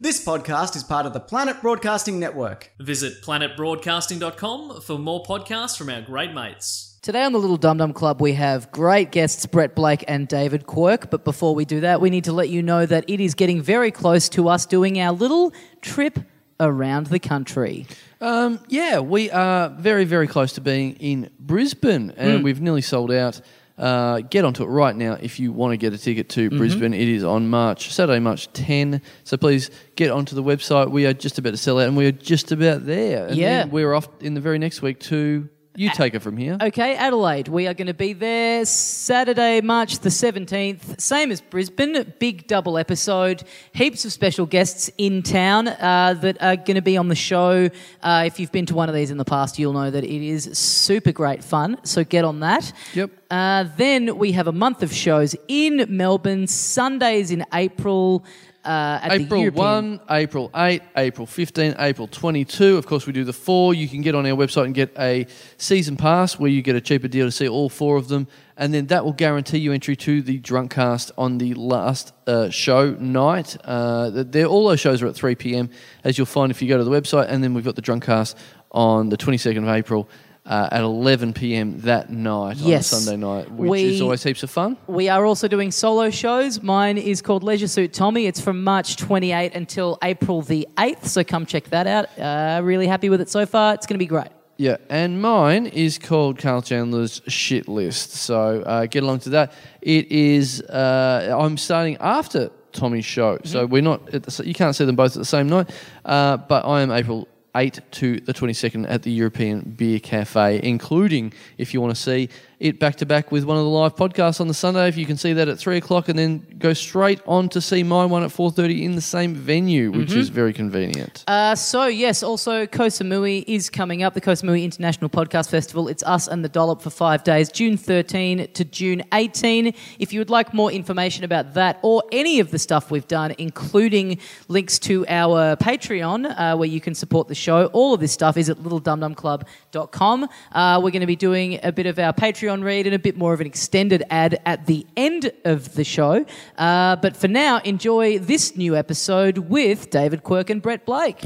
This podcast is part of the Planet Broadcasting Network. Visit planetbroadcasting.com for more podcasts from our great mates. Today on the Little Dum Dum Club, we have great guests Brett Blake and David Quirk. But before we do that, we need to let you know that it is getting very close to us doing our little trip around the country. Um, yeah, we are very, very close to being in Brisbane, and we've nearly sold out. Uh, get onto it right now if you want to get a ticket to Brisbane. It is on March Saturday, March 10. So please get onto the website. We are just about to sell out, and we are just about there. And Yeah. then we're off in the very next week to. You take it from here. Okay, Adelaide, we are going to be there Saturday, March the 17th, same as Brisbane, big double episode. Heaps of special guests in town uh, that are going to be on the show. Uh, if you've been to one of these in the past, you'll know that it is super great fun, so get on that. Yep. Uh, then we have a month of shows in Melbourne, Sundays in April. Uh, at the April European. 1, April 8, April 15, April 22. Of course, we do the four. You can get on our website and get a season pass where you get a cheaper deal to see all four of them. And then that will guarantee you entry to the Drunkcast on the last uh, show night. Uh, they're, all those shows are at 3 p.m., as you'll find if you go to the website. And then we've got the Drunkcast on the 22nd of April. Uh, at 11 p.m. that night Yes. on a Sunday night, which We- is always heaps of fun. We are also doing solo shows. Mine is called Leisure Suit Tommy. It's from March 28 until April the 8th, so come check that out. Uh, really happy with it so far. It's going to be great. Yeah, and mine is called Carl Chandler's Shit List. So uh, get along to that. It is. Uh, I'm starting after Tommy's show, Mm-hmm. so we're not. At the, s- you can't see them both at the same night. Uh, but I am April. 8 to the 22nd at the European Beer Cafe, including if you want to see it back to back with one of the live podcasts on the Sunday. If you can see that at 3 o'clock and then go straight on to see my one at 4.30 in the same venue, which Mm-hmm. is very convenient. Uh, so, yes, also Kosamui is coming up, the Kosamui International Podcast Festival. It's us and the Dollop for five days, June 13 to June 18. If you would like more information about that or any of the stuff we've done, including links to our Patreon, uh, where you can support the show, all of this stuff is at littledumdumclub.com. Uh, we're going to be doing a bit of our Patreon read and a bit more of an extended ad at the end of the show. Uh, but for now, enjoy this new episode with David Quirk and Brett Blake.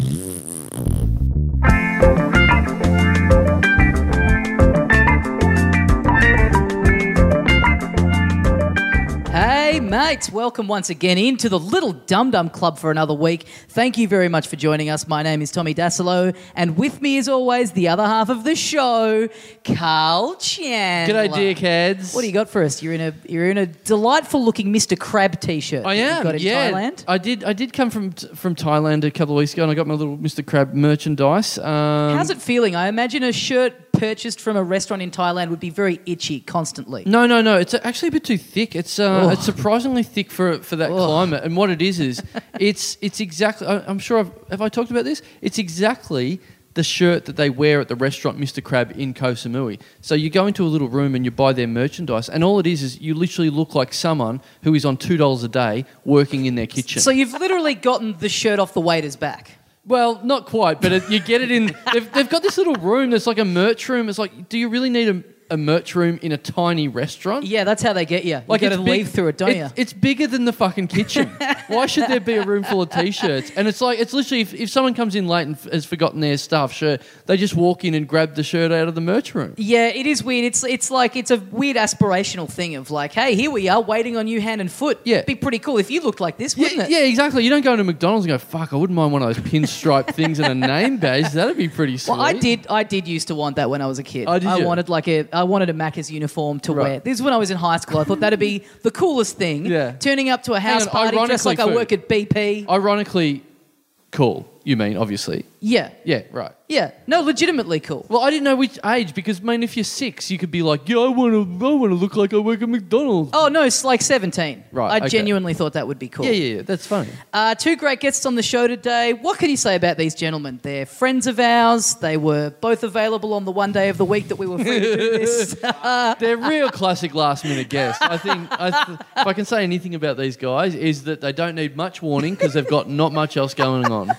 Hey, mates, welcome once again into the Little Dum Dum Club for another week. Thank you very much for joining us. My name is Tommy Dasilo, and with me, as always, the other half of the show, Carl Good Chandler. G'day, dickheads. uh, What do you got for us? You're in a you're in a delightful looking Mr. Crab t-shirt. I that am. You got in yeah, Thailand. I did. I did come from from Thailand a couple of weeks ago, and I got my little Mr. Crab merchandise. Um, How's it feeling? I imagine a shirt purchased from a restaurant in Thailand would be very itchy constantly. No, no, no. It's actually a bit too thick. It's uh, Oh. it's surprisingly thick for for that Oh. climate. And what it is is, it's it's exactly. I, I'm sure. I've, have I talked about this? It's exactly the shirt that they wear at the restaurant Mr. Crab in Koh Samui. So you go into a little room and you buy their merchandise, and all it is is you literally look like someone who is on two dollars a day working in their kitchen. So you've literally gotten the shirt off the waiter's back. Well, not quite, but it, you get it in. They've, they've got this little room that's like a merch room. It's like, do you really need a, a merch room in a tiny restaurant? Yeah, that's how they get you. Like you got to it's big- leave through it, don't it's- you? It's bigger than the fucking kitchen. Why should there be a room full of t-shirts? And it's like it's literally if, if someone comes in late and f- has forgotten their stuff shirt, they just walk in and grab the shirt out of the merch room. Yeah, it is weird. It's it's like it's a weird aspirational thing of like, hey, here we are waiting on you hand and foot. Yeah. It'd be pretty cool if you looked like this, wouldn't Yeah, it? yeah, exactly. You don't go into McDonald's and go, "Fuck, I wouldn't mind one of those pinstripe things and a name badge. That'd be pretty sweet." Well, I did. I did used to want that when I was a kid. Oh, did I you? wanted like a. I wanted a Macca's uniform to Right. wear. This is when I was in high school. I thought that'd be the coolest thing. Yeah. Turning up to a house on, party dressed ironically like I too. work at BP. Ironically, cool. You mean obviously? yeah. Yeah, right. Yeah. No, legitimately cool. Well, I didn't know which age because, man, if you're six, you could be like, "Yeah, I want to, I want to look like I work at McDonald's." Oh no, it's like seventeen. Right, I okay. genuinely thought that would be cool. Yeah, yeah, yeah, that's funny. Uh, two great guests on the show today. What can you say about these gentlemen? They're friends of ours. They were both available on the one day of the week that we were free to do this. They're real classic last minute guests. I think I th- if I can say anything about these guys is that they don't need much warning because they've got not much else going on.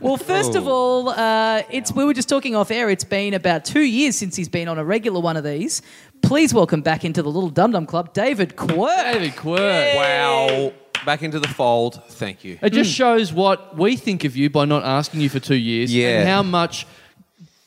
Well, first Oh. of all, uh, it's we were just talking off air. It's been about two years since he's been on a regular one of these. Please welcome back into the Little Dum Dum Club, David Quirk. David Quirk. Wow. back into the fold. Thank you. It just shows what we think of you by not asking you for two years, Yeah. and how much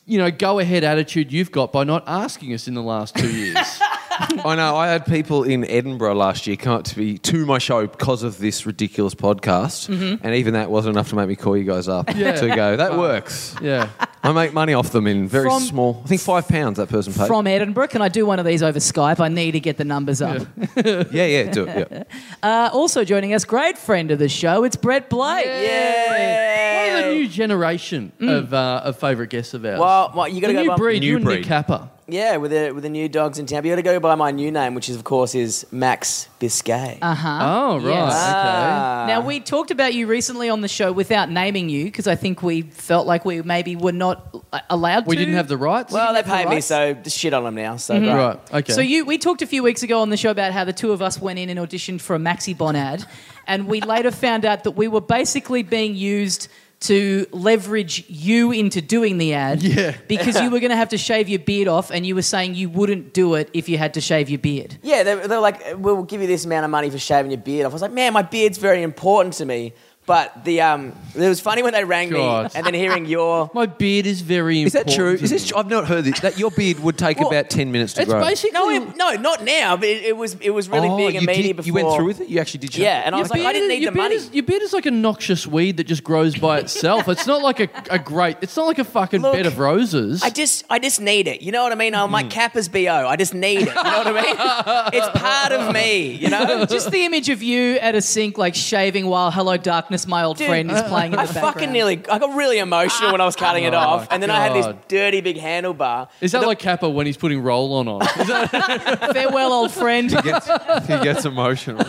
you know go ahead attitude you've got by not asking us in the last two years. I know. I had people in Edinburgh last year come up to me to my show because of this ridiculous podcast, Mm-hmm. and even that wasn't enough to make me call you guys up Yeah. to go. That works. yeah, I make money off them in very From- small. I think five pounds that person paid. From Edinburgh, can I do one of these over Skype? I need to get the numbers up. yeah, yeah, do it. Yeah. Uh, also joining us, great friend of the show, it's Brett Blake. one of the new generation of uh, of favourite guests of ours. Well, well, you got the to go. new by, breed, New you and breed. Nick Kappa. Yeah, with the with the new dogs in town. But you got to go by my new name, which is of course is Max Biscay. Uh, Oh Uh-huh. right, Uh, Yes. okay. Now we talked about you recently on the show without naming you because I think we felt like we maybe were not uh, allowed We to. didn't have the rights. Mm-hmm. well, they you have paid the me, rights? so just shit on them now. So great. right, okay. So you, we talked a few weeks ago on the show about how the two of us went in and auditioned for a Maxi Bon ad, and we later found out that we were basically being used to leverage you into doing the ad. Yeah. Because you were going to have to shave your beard off, and you were saying you wouldn't do it if you had to shave your beard. Yeah, they, they were like, "We'll give you this amount of money for shaving your beard off." I was like, "Man, my beard's very important to me." But the um, it was funny when they rang God. me, and then hearing your my beard is very Is that important. true? Is this? I've not heard this. That your beard would take Well, about ten minutes to It's grow. basically no, it, no, not now, but it, it was it was really Oh, big and you meaty did- before. You went through with it. You actually did. shave Yeah, and I Your was like, I beard didn't is- need your the beard money. Is, your beard is like a noxious weed that just grows by itself. it's not like a, a great. It's not like a fucking Look, bed of roses. I just, I just need it. You know what I mean? I'm Mm-hmm. like Kappa's bo. I just need it. You know what I mean? it's part of me. You know. Just the image of you at a sink, like shaving while "Hello Darkness, My Old Dude, Friend" is playing in the I background. fucking nearly, I got really emotional when I was cutting it Oh, off, and then I had this God. dirty big handlebar. is that like Kappa when he's putting roll on on? Is that- farewell, old friend. it. he gets emotional.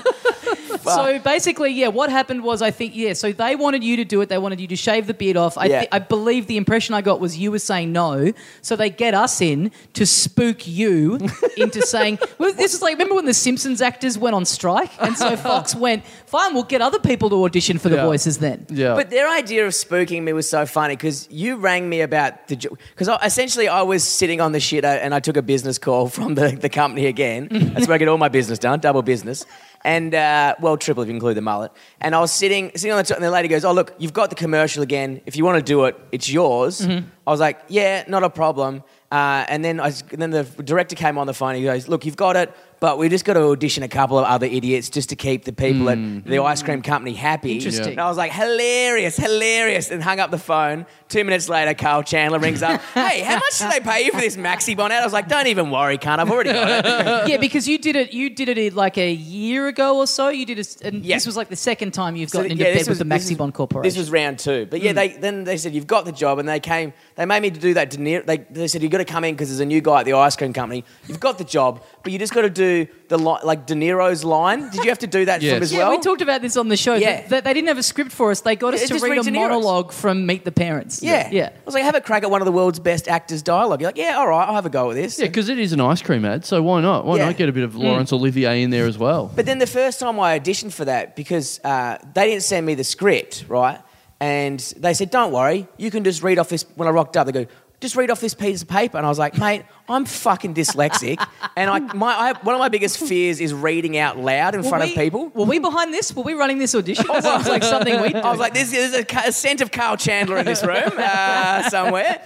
Ah. So basically, yeah, what happened was I think yeah. So they wanted you to do it. They wanted you to shave the beard off. I, Yeah. thi- I believe the impression I got was you were saying no. So they get us in to spook you into saying well, this is like remember when the Simpsons actors went on strike, and so Fox went fine. We'll get other people to audition for the Yeah. voices then. yeah. But their idea of spooking me was so funny because you rang me about the because I, essentially I was sitting on the shit uh, and I took a business call from the, the company again. That's where I get all my business done, double business, and uh, well triple if you include the mullet. And I was sitting sitting on the top, and the lady goes, "Oh look, you've got the commercial again. If you want to do it, it's yours." I was like, "Yeah, not a problem." Uh, and then I, s- and then the director came on the phone. He goes, "Look, you've got it." But we just got to audition a couple of other idiots just to keep the people at the ice cream company happy. Interesting. And I was like, hilarious, hilarious, and hung up the phone. Two minutes later, Carl Chandler rings up. hey, how much did they pay you for this maxi bonnet? I was like, don't even worry, cunt. I've already got it. yeah, because you did it. You did it like a year ago or so. You did it, and Yeah. this was like the second time you've gotten So, into yeah, bed this with was- the this Maxibon was- Corporation. Hmm. This was round two. But yeah, they then they said, you've got the job. And they came, they made me to do that De Niro. They, they said, you've got to come in because there's a new guy at the ice cream company. You've got the job, but you just got to do the li- like De Niro's line. Did you have to do that Yes. from as yeah, well? we talked about this on the show. Yeah. That they didn't have a script for us. They got us Yeah, to just read, read a De Niro's. monologue from Meet the Parents. yeah. Yeah. I was like, have a crack at one of the world's best actors' dialogue. You're like, yeah, all right, I'll have a go at this. yeah, because it is an ice cream ad, so why not? Why Yeah. Mm. not get a bit of Laurence Olivier in there as well? But then the first time I auditioned for that, because uh, they didn't send me the script, right? And they said, don't worry, you can just read off this. When I rocked up, they go, just read off this piece of paper. And I was like, mate, I'm fucking dyslexic. and I, my, I, one of my biggest fears is reading out loud in Were front we- of people. Were we behind this? Were we running this audition? It sounds like something we did. I was like, there's, there's a, ca- a scent of Carl Chandler in this room uh, somewhere.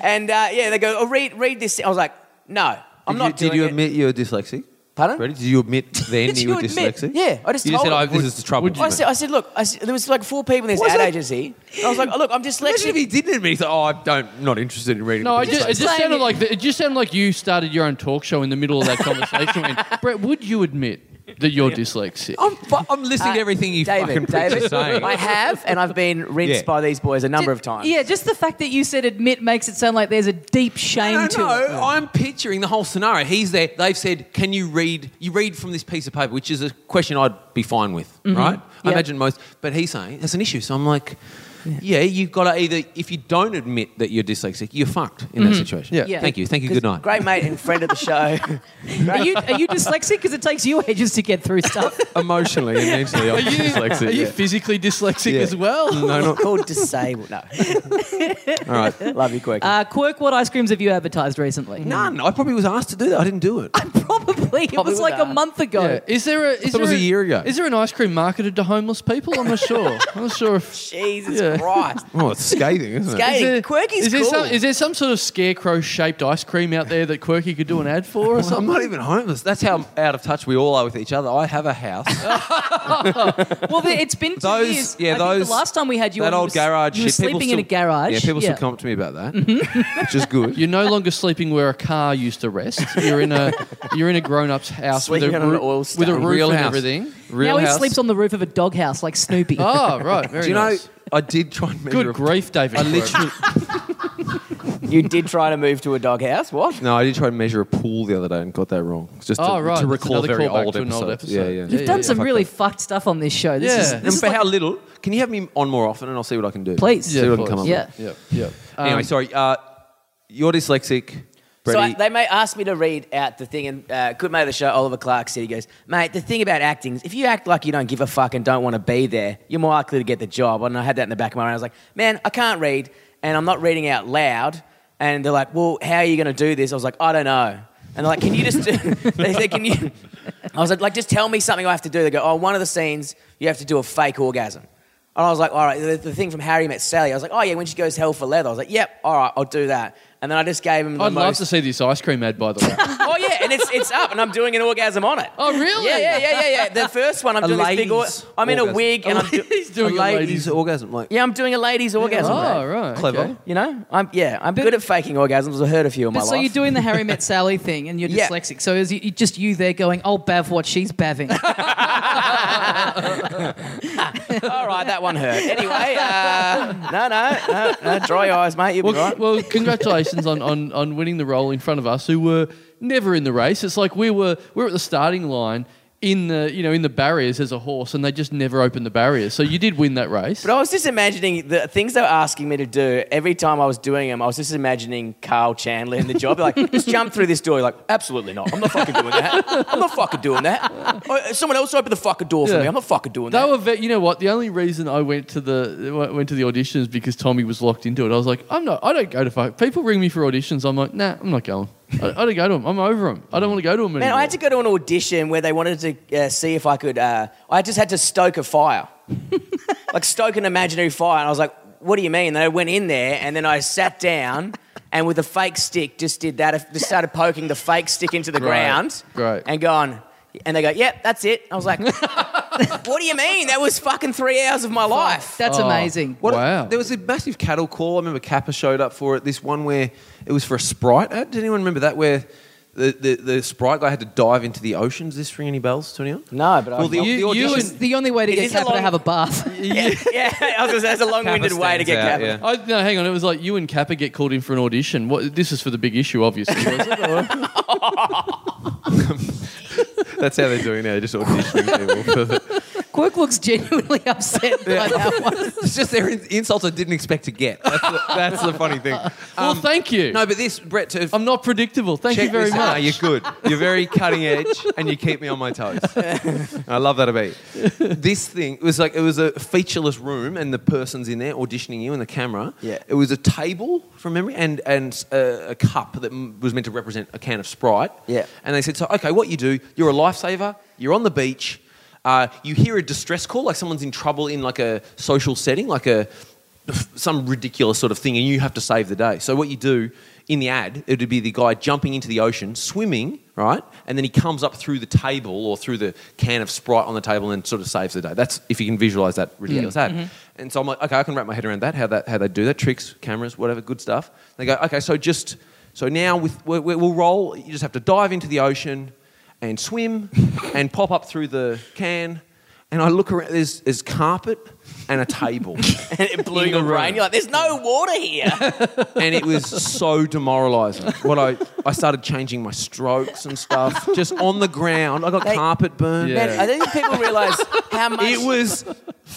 And uh, yeah, they go, oh, read, read this. I was like, no, I'm did not You, doing did you it." admit you're dyslexic? Pardon? Ready? Did you admit then Did you, you were admit? dyslexic? Yeah, I just You just told said, "Oh, them. this is the trouble." I said, I said, look, I said, there was like four people in this Was ad it? agency. And I was like, oh, look, I'm Imagine dyslexic. if he didn't admit. He's like, "Oh, I'm don't, not interested in reading." No, the I just, it dyslexic." just Playing sounded it- like the, it just sounded like you started your own talk show in the middle of that conversation. When, Brett, would you admit that you're dyslexic? I'm, fu- I'm listening Uh, to everything you fucking David, pricks are David, saying. I have, and I've been rinsed Yeah. by these boys a number of times. Yeah, just the fact that you said admit makes it sound like there's a deep shame No, to no, it. Oh, no. I'm picturing the whole scenario. He's there. They've said, "Can you read? You read from this piece of paper," which is a question I'd be fine with, Mm-hmm. right? I Yeah. imagine most. But he's saying that's an issue. So I'm like, "Yeah, you've got to either. If you don't admit that you're dyslexic, you're fucked in that situation." Mm-hmm. Yeah. Yeah. Thank you. Thank you. 'Cause Good night. Great mate and friend of the show. Are you, are you dyslexic? Because it takes you ages to get through stuff. Emotionally and mentally, I'm dyslexic. Are you yeah. physically dyslexic Yeah. as well? no, not Called disabled. No, all right. love you, quick. Uh, Quirk, what ice creams have you advertised recently? None. I probably was asked to do that. I didn't do it. Probably. it was were like a bad. month ago. Yeah. Is there a? Is it was there a year ago. Is there an ice cream marketed to homeless people? I'm not sure. I'm not sure if. Jesus Yeah. Christ. Oh, it's scathing, isn't it? Skating. Is there- Quirky's is there cool. Some, is there some sort of scarecrow shaped ice cream out there that Quirky could do an ad for or Well, I'm something? not even homeless. That's how out of touch we all are with each other. I have a house. Well, the- it's been two Those- years. yeah, I think those- the last time we had you, on, that you old were- garage you were shit. People sleeping in a still- garage. Yeah, people still come up to me about that, which is good. You're no longer sleeping where a car used to rest. You're in a you're in a grown up's house with a, Sleeping on an roo- oil with a stone. roof Real and house. everything. Real now house. he sleeps on the roof of a doghouse like Snoopy. Oh right, very Do you know? nice. I did try and measure. Good a- grief, David. I literally You did try to move to a doghouse. What? no. I did try and measure a pool the other day and got that wrong. It's Just to, Oh, right. to It's recall another very callback old to an episodes. old Yeah, episode. yeah. You've You've yeah, done yeah. some Fuck really that. fucked stuff on this show. This Yeah. is, And this is for like- how little? Can you have me on more often, and I'll see what I can do. Please. see Yeah, what I can come up please. yeah. with. Yeah, yeah. Anyway, sorry. Uh, you're dyslexic. So I, Brady. they may ask me to read out the thing, and uh, good mate of the show, Oliver Clark, said he goes, "Mate, the thing about acting, is if you act like you don't give a fuck and don't want to be there, you're more likely to get the job." And I had that in the back of my mind. I was like, "Man, I can't read, and I'm not reading out loud." And they're like, "Well, how are you going to do this?" I was like, "I don't know." And they're like, "Can you just?" they said, "Can you?" I was like, "Like, just tell me something I have to do." They go, "Oh, one of the scenes you have to do a fake orgasm." And I was like, all right, the, the thing from Harry Met Sally. I was like, oh yeah, when she goes hell for leather. I was like, yep, all right, I'll do that. And then I just gave him the I'd most. love to see this ice cream ad, by the way. Oh yeah, and it's it's up, and I'm doing an orgasm on it. Oh, really? Yeah, yeah, yeah, yeah, yeah. The first one, I'm A doing this big. Or- lady's I'm in a orgasm. wig, and I'm do- He's doing a ladies ladies. orgasm. Like, yeah, I'm doing a lady's orgasm. Oh, mate. right. Clever. okay. You know, I'm yeah, I'm good at faking orgasms. I've heard a few in my so life. you're doing the Harry Met Sally thing, and you're Yeah. dyslexic. So is you, just you there going, "I'll bav what she's baving." all right, that one hurt. Anyway, uh, no, no, no, no, dry your eyes, mate. You'll be Well, right. c- well congratulations on, on, on winning the role in front of us, who were never in the race. It's like we were we were at the starting line in the you know in the barriers as a horse, and they just never opened the barriers. So you did win that race. But I was just imagining the things they were asking me to do. Every time I was doing them, I was just imagining Carl Chandler in the job. Like, just jump through this door. You're like, absolutely not. I'm not fucking doing that. I'm not fucking doing that. Oh, someone else open the fucking door for Yeah. me. I'm not fucking doing they that. were, ve- you know what? The only reason I went to the went to the auditions because Tommy was locked into it. I was like, I'm not. I don't go to fuck. People ring me for auditions. I'm like, nah, I'm not going. I, I don't go to them. I'm over them. I don't want to go to them anymore. Man, I had to go to an audition where they wanted to uh, see if I could. Uh, I just had to stoke a fire, like stoke an imaginary fire, and I was like, "What do you mean?" And I went in there, and then I sat down, and with a fake stick, just did that. uh, Just started poking the fake stick into the Great, ground, great. and gone. And they go, "Yep, that's it." I was like, "What do you mean? That was fucking three hours of my life." That's Oh. amazing. What Wow. there was a massive cattle call. I remember Kappa showed up for it. This one where it was for a Sprite ad. Did anyone remember that? Where the, the, the Sprite guy had to dive into the ocean. Does this ring any bells to anyone? No, but I. Well, the, You- the you audition. and- The only way to It get is a Kappa to long- have a bath. yeah, yeah, I was gonna say, that's a long-winded way to get Stands out, capital. yeah. I, no, hang on. It was like you and Kappa get called in for an audition. What? This is for the big issue, obviously. was it? Or- That's how they're doing now. Just auditioning people. For the, Quirk looks genuinely upset by that one. it's just their in, insults I didn't expect to get. That's the, that's the funny thing. well, Um, thank you. No, but this Brett. To, I'm not predictable. Thank you check very this out. much. No, you're good. You're very cutting edge, and you keep me on my toes. I love that about you. This thing it was like it was a featureless room, and the person's in there auditioning you and the camera. Yeah. It was a table from memory, and and a, a cup that m- was meant to represent a can of Sprite. Yeah. And they said, so okay, what you do? You're a lifesaver. You're on the beach. Uh, you hear a distress call, like someone's in trouble in like a social setting, like a some ridiculous sort of thing, and you have to save the day. So what you do in the ad, it would be the guy jumping into the ocean, swimming, right, and then he comes up through the table or through the can of Sprite on the table and sort of saves the day. That's if you can visualize that ridiculous ad. And so I'm like, okay, I can wrap my head around that. How that how they do that? Tricks, cameras, whatever, good stuff. They go, okay, so just so now with we we- we'll roll. You just have to dive into the ocean and swim and pop up through the can. And I look around. There's, there's carpet and a table. And it blew In the your brain. room. You're like, "There's no water here." and it was so demoralizing. What I, I started changing my strokes and stuff just on the ground. I got They- carpet burn. Yeah. Man, I don't think people realise how much. It was.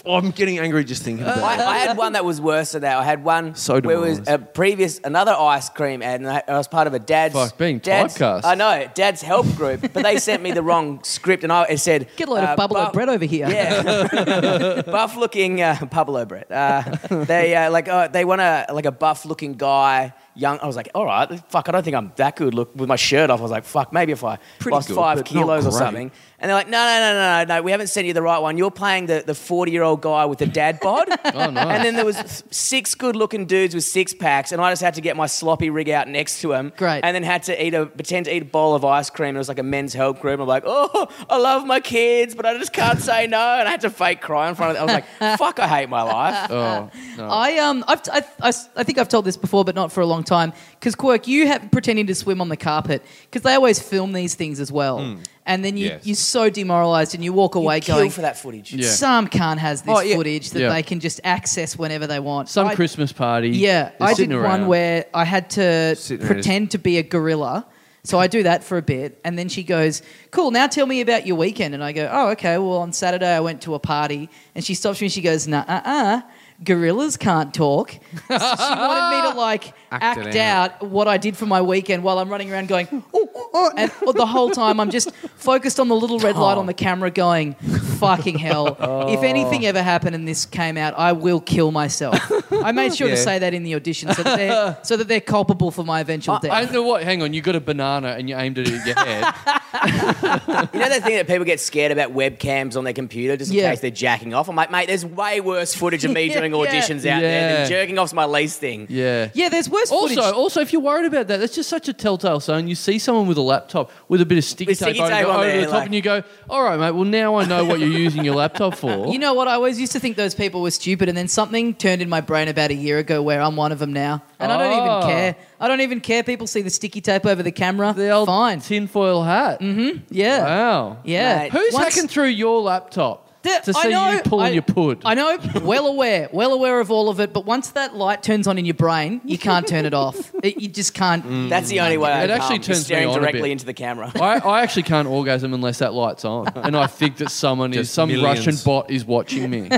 I'm getting angry just thinking I, about it. I had one that was worse than that. I had one So where it was a previous another ice cream ad, and I, I was part of a dad's. Fuck, being dad's, typecast. I know dad's help group, but they sent me the wrong script, and I it said Get a load uh, of buffalo bu- bread over here. Yeah, oh, buff-looking uh, Pablo Brett. Uh, they uh, like uh, they want a like a buff-looking guy young. I was like, all right, fuck, I don't think I'm that good. Look, with my shirt off, I was like, fuck, maybe if I Pretty lost good, five but not kilos or great. something. And they're like, no, no, no, no, no, no, we haven't sent you the right one. You're playing the the 40 year old guy with the dad bod. Oh, nice. And then there was th- six good looking dudes with six packs, and I just had to get my sloppy rig out next to him. Great. And then had to eat a pretend to eat a bowl of ice cream. It was like a men's help group. I'm like, oh, I love my kids, but I just can't say no. And I had to fake cry in front of them. I was like, fuck, I hate my life. Oh, no. I um I've, I, I, I think I've told this before, but not for a long time. Because Quirk, you have pretending to swim on the carpet because they always film these things as well, and then you Yes. you're so demoralised and you walk away kill going. for that footage. Yeah. Some can't has this Oh, yeah. footage that Yeah. they can just access whenever they want. Some I- Christmas party. Yeah, They're I did sitting around. one where I had to Sitting around. pretend to be a gorilla. So I do that for a bit, and then she goes, "Cool, now tell me about your weekend." And I go, "Oh, okay. Well, on Saturday I went to a party," and she stops me and she goes, "Nah, uh, uh, gorillas can't talk." So she wanted me to like act, Act it out. what I did for my weekend while I'm running around going, "Ooh, ooh, ooh," and the whole time I'm just focused on the little red light on the camera, going, "Fucking hell! If anything ever happened and this came out, I will kill myself." I made sure to Yeah. say that in the audition so that they're, so that they're culpable for my eventual death. I don't know what. Hang on, you got a banana and you aimed it at your head. You know that thing that people get scared about webcams on their computer just in Yeah. case they're jacking off? I'm like, mate, there's way worse footage of me Yeah, doing yeah. auditions out there Yeah. than jerking off's my least thing. yeah. yeah, there's worse Also, footage. also, if you're worried about that, that's just such a telltale sign. You see someone with a laptop with a bit of sticky With tape, sticky over, tape on over there, the top, like- and you go, "All right, mate. Well, now I know what you're using your laptop for." You know what? I always used to think those people were stupid, and then something turned in my brain about a year ago where I'm one of them now, and I don't Oh. even care. I don't even care. People see the sticky tape over the camera. the old Fine. tinfoil hat. yeah. Wow. Yeah. Mate. Who's Once- hacking through your laptop Th- to I see know- you pulling I- your pud? I know, well aware, well aware of all of it. But once that light turns on in your brain, you can't turn it off. It, you just can't. Mm. That's the only way I It actually calm, is turns me staring on a directly bit. into the camera. I, I actually can't orgasm unless that light's on, and I think that someone is Just some millions. Russian bot is watching me.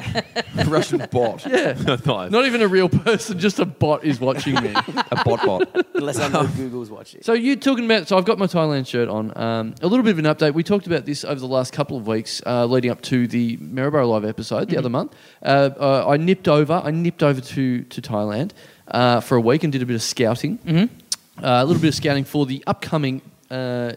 Russian bot. Yeah. Not even a real person, just a bot is watching me. a bot bot. Unless I know Google's watching. So you talking about? So I've got my Thailand shirt on. Um, a little bit of an update. We talked about this over the last couple of weeks, uh, leading up to the Maribor Live episode the other month. Uh, uh, I nipped over. I nipped over to to Thailand uh, for a week and did a bit of scouting. Mm-hmm. Uh, a little bit of scouting for the upcoming uh,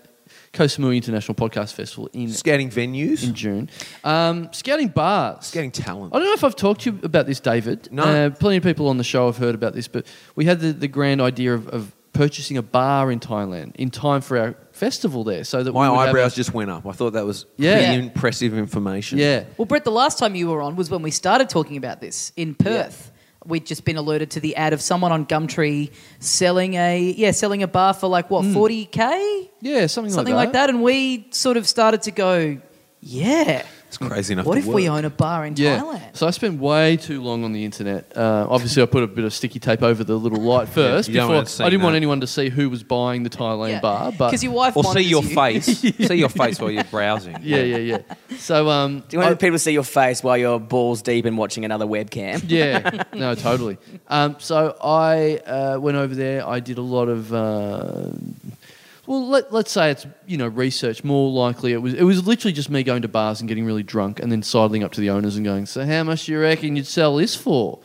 Koh Samui International Podcast Festival in Scanning venues. in June. Um, scouting bars. Scouting talent. I don't know if I've talked to you about this, David. No. Uh, plenty of people on the show have heard about this, but we had the, the grand idea of, of purchasing a bar in Thailand in time for our festival there, so that My we would have eyebrows a- just went up. I thought that was Yeah. pretty Yeah. impressive information. yeah. Well, Brett, the last time you were on was when we started talking about this in Perth. We'd just been alerted to the ad of someone on Gumtree selling a yeah selling a bar for like what forty k Yeah, something, something like that, and we sort of started to go, yeah. It's crazy enough. What to if we work. own a bar in Yeah. Thailand? So I spent way too long on the internet. Uh, obviously, I put a bit of sticky tape over the little light first. you don't before want it seen I didn't want that. anyone to see who was buying the Thailand bar, but because your wife Or see monitors your you. face. see your face while you're browsing. yeah, yeah, yeah. So um, Do you want I- people to see your face while you're balls deep and watching another webcam? yeah, no, totally. Um, so I uh, went over there. I did a lot of, uh, well, let, let's say it's you know research. More likely, it was it was literally just me going to bars and getting really drunk, and then sidling up to the owners and going, "So how much do you reckon you'd sell this for?"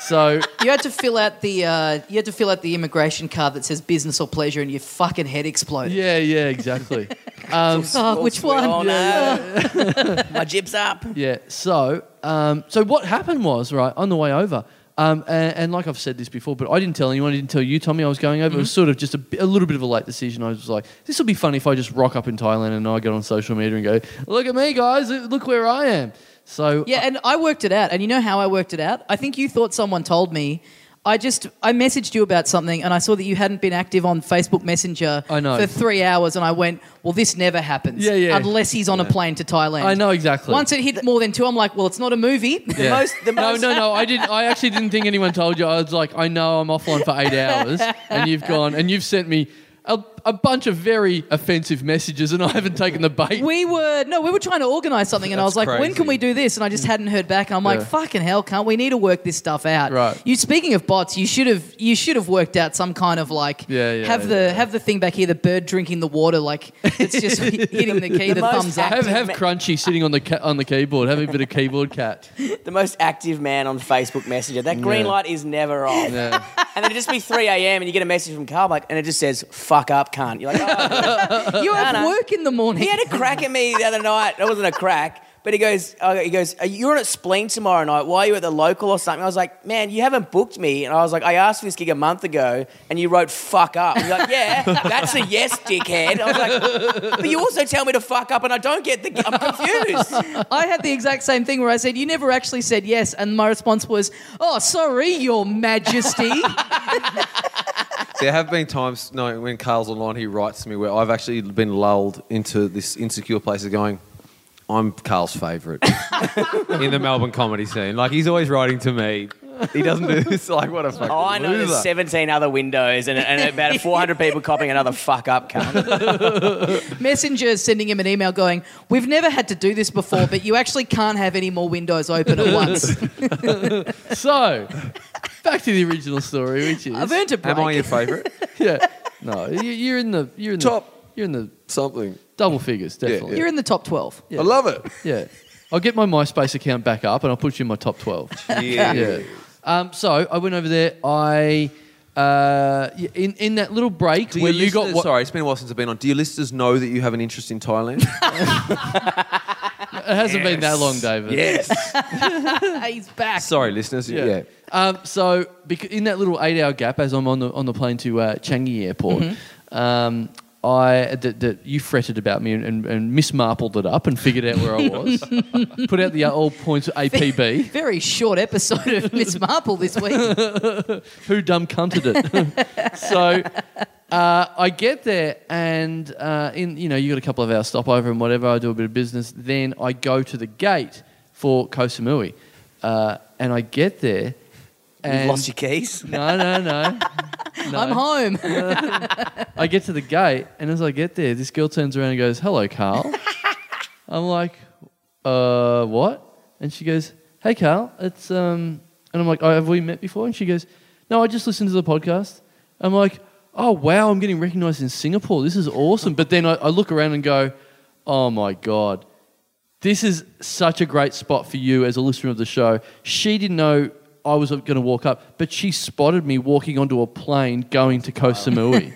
So You had to fill out the uh, you had to fill out the immigration card that says business or pleasure, and your fucking head exploded. yeah, yeah, exactly. Oh, which one? Oh, no. My jib's up. Yeah. So, um, so what happened was right on the way over, um, and, and like I've said this before, but I didn't tell anyone. I didn't tell you, Tommy. I was going over. It Mm-hmm. was sort of just a, bi- a little bit of a late decision. I was like, this will be funny if I just rock up in Thailand and I get on social media and go, look at me, guys, look where I am. So Yeah, and I worked it out. And you know how I worked it out? I think you thought someone told me. I just I messaged you about something and I saw that you hadn't been active on Facebook Messenger I know. for 3 hours and I went, "Well, this never happens Yeah, yeah. unless he's on a plane to Thailand." I know exactly. Once it hit more than 2, I'm like, "Well, it's not a movie." Yeah. most- the most- no, no, no. I didn't. I actually didn't think anyone told you. I was like, I know I'm offline for eight hours, and you've gone and you've sent me. a, a bunch of very offensive messages, and I haven't taken the bait. We were no, we were trying to organise something, and I was That's like, "When can crazy. we do this?" And I just hadn't heard back. And I'm like, Mm. Yeah. "Fucking hell, can't we need to work this stuff out?" Right. You speaking of bots, you should have you should have worked out some kind of like Yeah, yeah, have the yeah. have the thing back here, the bird drinking the water, like it's just hitting the key, the, most thumbs up. have have Crunchy sitting on the ca- on the keyboard, having a bit of keyboard cat. the most active man on Facebook Messenger. That green Yeah. light is never on. Yeah. And it'd just be 3 a.m. and you get a message from Carl, like, and it just says, fuck up, cunt. You're like, oh. You have no. work in the morning. he had a crack at me the other night. It wasn't a crack, but he goes, oh, he goes, "Are you on at Spleen tomorrow night. Why are you at the local or something? I was like, man, you haven't booked me. And I was like, I asked for this gig a month ago, and you wrote fuck up. You're like, yeah, that's a yes, dickhead. I was like, but you also tell me to fuck up, and I don't get the. gi- I'm confused. I had the exact same thing where I said, You never actually said yes. And my response was, Oh, sorry, Your Majesty. There have been times, no, when Carl's online, he writes to me where I've actually been lulled into this insecure place of going, I'm Carl's favourite in the Melbourne comedy scene. Like, he's always writing to me. He doesn't do this. Like, what a fucking Oh, I know loser. there's 17 other windows and, and about 400 people copying another fuck up cunt. Messenger sending him an email going, We've never had to do this before, but you actually can't have any more windows open at once. So, back to the original story, which is I've earned a break. Am I your favourite? yeah, no, you- you're in the you're in the Top. you're in the Something. double figures, definitely. You're in the top 12. I love it. Yeah. I'll get my MySpace account back up and I'll put you in my top 12. Yeah. yeah. Um, so I went over there. I, uh, y- in, in that little break Do where your you got listeners- what. sorry, it's been a while since I've been on. Do your listeners know that you have an interest in Thailand? It hasn't been that long, David. yes. He's back. Sorry, listeners. Yeah. Yeah. Um, so becau- in that little eight-hour gap, as I'm on the on the plane to uh, Changi Airport, Mm-hmm. um, I that, that you fretted about me and, and, and mismarpled it up and figured out where I was. Put out the old points of APB. Very short episode of Miss Marple this week. Who dumb cunted it? so uh, I get there and uh, in you know you got a couple of hours stopover and whatever. I do a bit of business. Then I go to the gate for Koh Samui, uh, and I get there. And You've lost your keys. no, no, no. No. I'm home. I get to the gate, and as I get there, this girl turns around and goes, "Hello, Carl." I'm like, "Uh, what?" And she goes, "Hey, Carl, it's um," and I'm like, oh, "Have we met before?" And she goes, "No, I just listened to the podcast." I'm like, "Oh wow, I'm getting recognised in Singapore. This is awesome." But then I, I look around and go, "Oh my god." This is such a great spot for you as a listener of the show. She didn't know I was going to walk up, but she spotted me walking onto a plane going to Koh Samui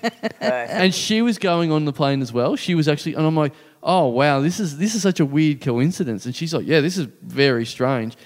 and she was going on the plane as well. She was actually, and I'm like, oh wow, this is this is such a weird coincidence. And she's like, yeah, this is very strange.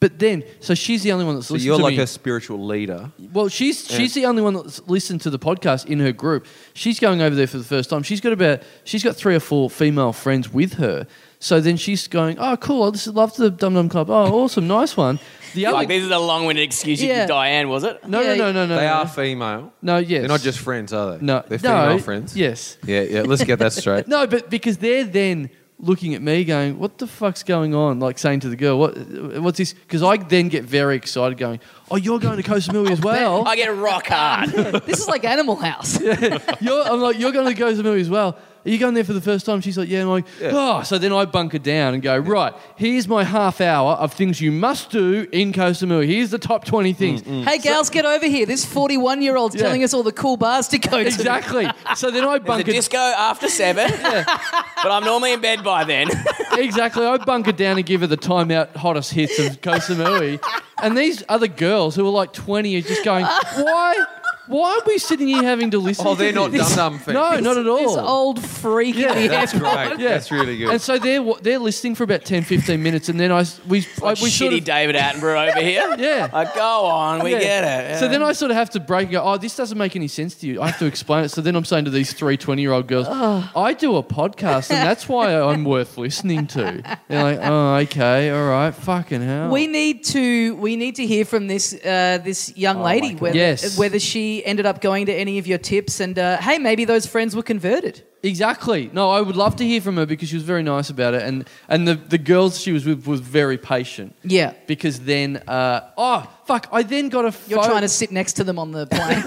But then, so she's the only one that's So listened you're to like me. a spiritual leader. well, she's she's the only one that's listened to the podcast in her group. She's going over there for the first time. She's got about she's got three or four female friends with her. So then she's going, oh cool, I just love the Dum Dum Club. Oh awesome, nice one. The other Like, this is a long winded excuse you Yeah. give Diane, was it? no, Yeah. no, no, no, no, they no. are female. no, yes, They're not just friends, are they? no, They're no, female friends. Yes, Yeah, yeah. Let's get that straight. No, but because they're then looking at me going, "What the fuck's going on?" Like saying to the girl, "What, what's this?" Because I then get very excited, going, "Oh, you're going to Koh Samui as well." I get rock hard. this is like Animal House. You're, I'm like, "You're going to Koh Samui as well." Are you going there for the first time? She's like, "Yeah." I'm like, "Oh." So then I bunker down and go, "Right, here's my half hour of things you must do in Koh Samui. Here's the top twenty things." Hey, gals, get over here. This 41 year old's Yeah. telling us all the cool bars to go to. Exactly. So then I There's a bunker disco after seven, but I'm normally in bed by then. exactly. I bunkered down and give her the timeout hottest hits of Kosamui. and these other girls who are like 20 are just going, why? Why are we sitting here having to listen? Oh, to they're not this?" dum-dum fans. No, not at all. This old freak in the That's airport. great. That's really good. And so they're wa- they're listening for about 10, 15 minutes, and then I s- we I, Like we shitty sort of, David Attenborough over here. yeah. Like, go on, we Yeah. get it. So yeah. then I sort of have to break and go, oh, this doesn't make any sense to you. I have to explain it. So then I'm saying to these three 20 year old girls, I do a podcast and that's why I'm worth listening to. They're like, oh, okay, all right, fucking hell. We need to we need to hear from this uh, this young lady whether Oh, Yes. whether she ended up going to any of your tips and uh, hey maybe those friends were converted. Exactly. No, I would love to hear from her because she was very nice about it, and and the, the girls she was with was very patient. Yeah. Because then, uh, oh fuck! I then got a. You're photo- trying to sit next to them on the plane.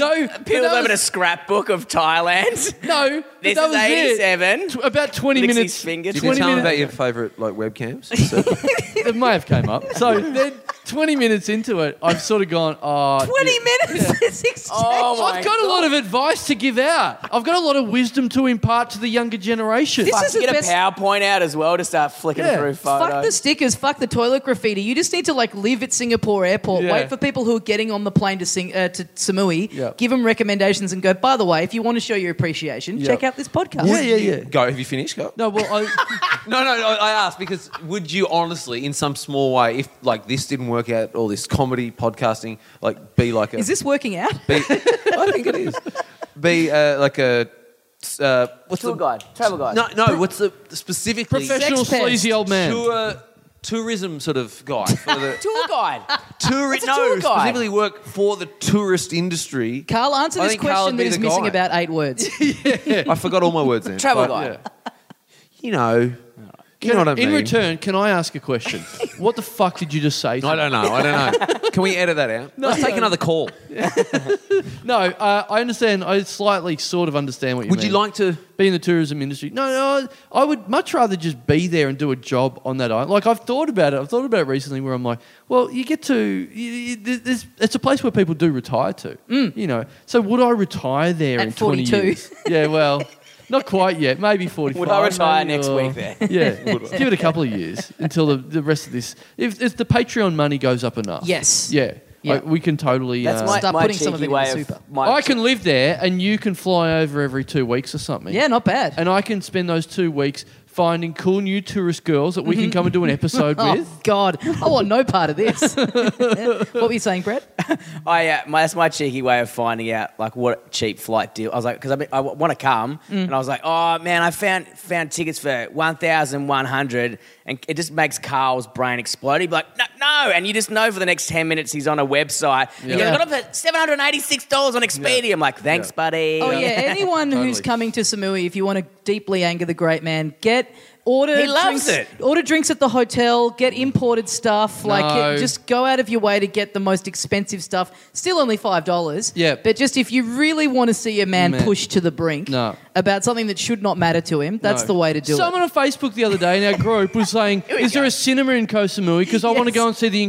no, no, but Peeled that open a was- scrapbook of Thailand. no. but This that is was it. 87. Tw- about twenty Licks his minutes. finger. Did you Twenty tell me minutes. about your favourite like webcams? it may have came up. So then, twenty minutes into it, I've sort of gone. Oh, 20 yeah. minutes this exchange. Oh my I've got a lot of advice to give out. I've got a lot of wisdom to impart to the younger generation. This Fuck, is the get best- a PowerPoint out as well to start flicking Yeah. through photos. Fuck the stickers, fuck the toilet graffiti. You just need to like live at Singapore airport, Yeah. wait for people who are getting on the plane to sing uh, to Samui, Yeah. give them recommendations, and go. By the way, if you want to show your appreciation, Yeah. check out this podcast. yeah, yeah, yeah. Go. Have you finished? Go. No, well, I, No, no, no. I asked because would you honestly, in some small way, if like this didn't work out, all this comedy podcasting, like be like a. Is this working out? Be, I think it is. Be uh, like a. Uh, what's Tour the guide, travel guide. No, no. What's the specifically professional Sex pest. sleazy old man. tour tourism sort of guy for the Tour guide. tour, It's a no, tour guide. specifically work for the tourist industry. Carl, answer I this think Carl question would be that is the missing guy. about eight words. I forgot all my words then. Travel but, guide. You know. You know what I mean? in return, can I ask a question? what the fuck did you just say? To I me? don't know. I don't know. Can we edit that out? Let's take another call. No, uh, I understand. I slightly, sort of understand what you Would mean. you like to? be in the tourism industry? No, no. I I would much rather just be there and do a job on that island. Like I've thought about it. I've thought about it recently, where I'm like, well, you get to. You, you, th- there's, it's a place where people do retire to. Mm. You know. So would I retire there At in 20 42? years? Yeah. Well. Not quite yet. Maybe forty-five. Would I retire maybe, next or- week there? Yeah, give it a couple of years until the, the rest of this. If, if the Patreon money goes up enough, Yes. yeah, Yeah. Like, we can totally. That's uh, my, Start my putting some of cheeky it in way the of super. my- I can live there, and you can fly over every two weeks or something. yeah, not bad. And I can spend those two weeks finding cool new tourist girls that we can come and do an episode Oh with. God! I want no part of this. what were you saying, Brett? I, uh, my, that's my cheeky way of finding out like what cheap flight deal. I was like, because I, mean, I want to come, Mm. and I was like, oh man, I found found tickets for one thousand one hundred, and it just makes Carl's brain explode. He'd be like, no, no, and you just know for the next ten minutes he's on a website. Yeah. Yeah. I got it for seven hundred eighty six dollars on Expedia. I'm like, thanks, buddy. Oh yeah, anyone who's Totally. coming to Samui, if you want to deeply anger the great man, get order He loves drinks, it. order drinks at the hotel, get imported stuff, like No. get- just go out of your way to get the most expensive stuff. Still only five dollars. Yeah. But just if you really want to see a man, Man. pushed to the brink No. about something that should not matter to him, that's No. the way to do Someone it. on Facebook the other day in our group was saying, "Is there a cinema in Koh Samui? Because I want to Yes. go and see The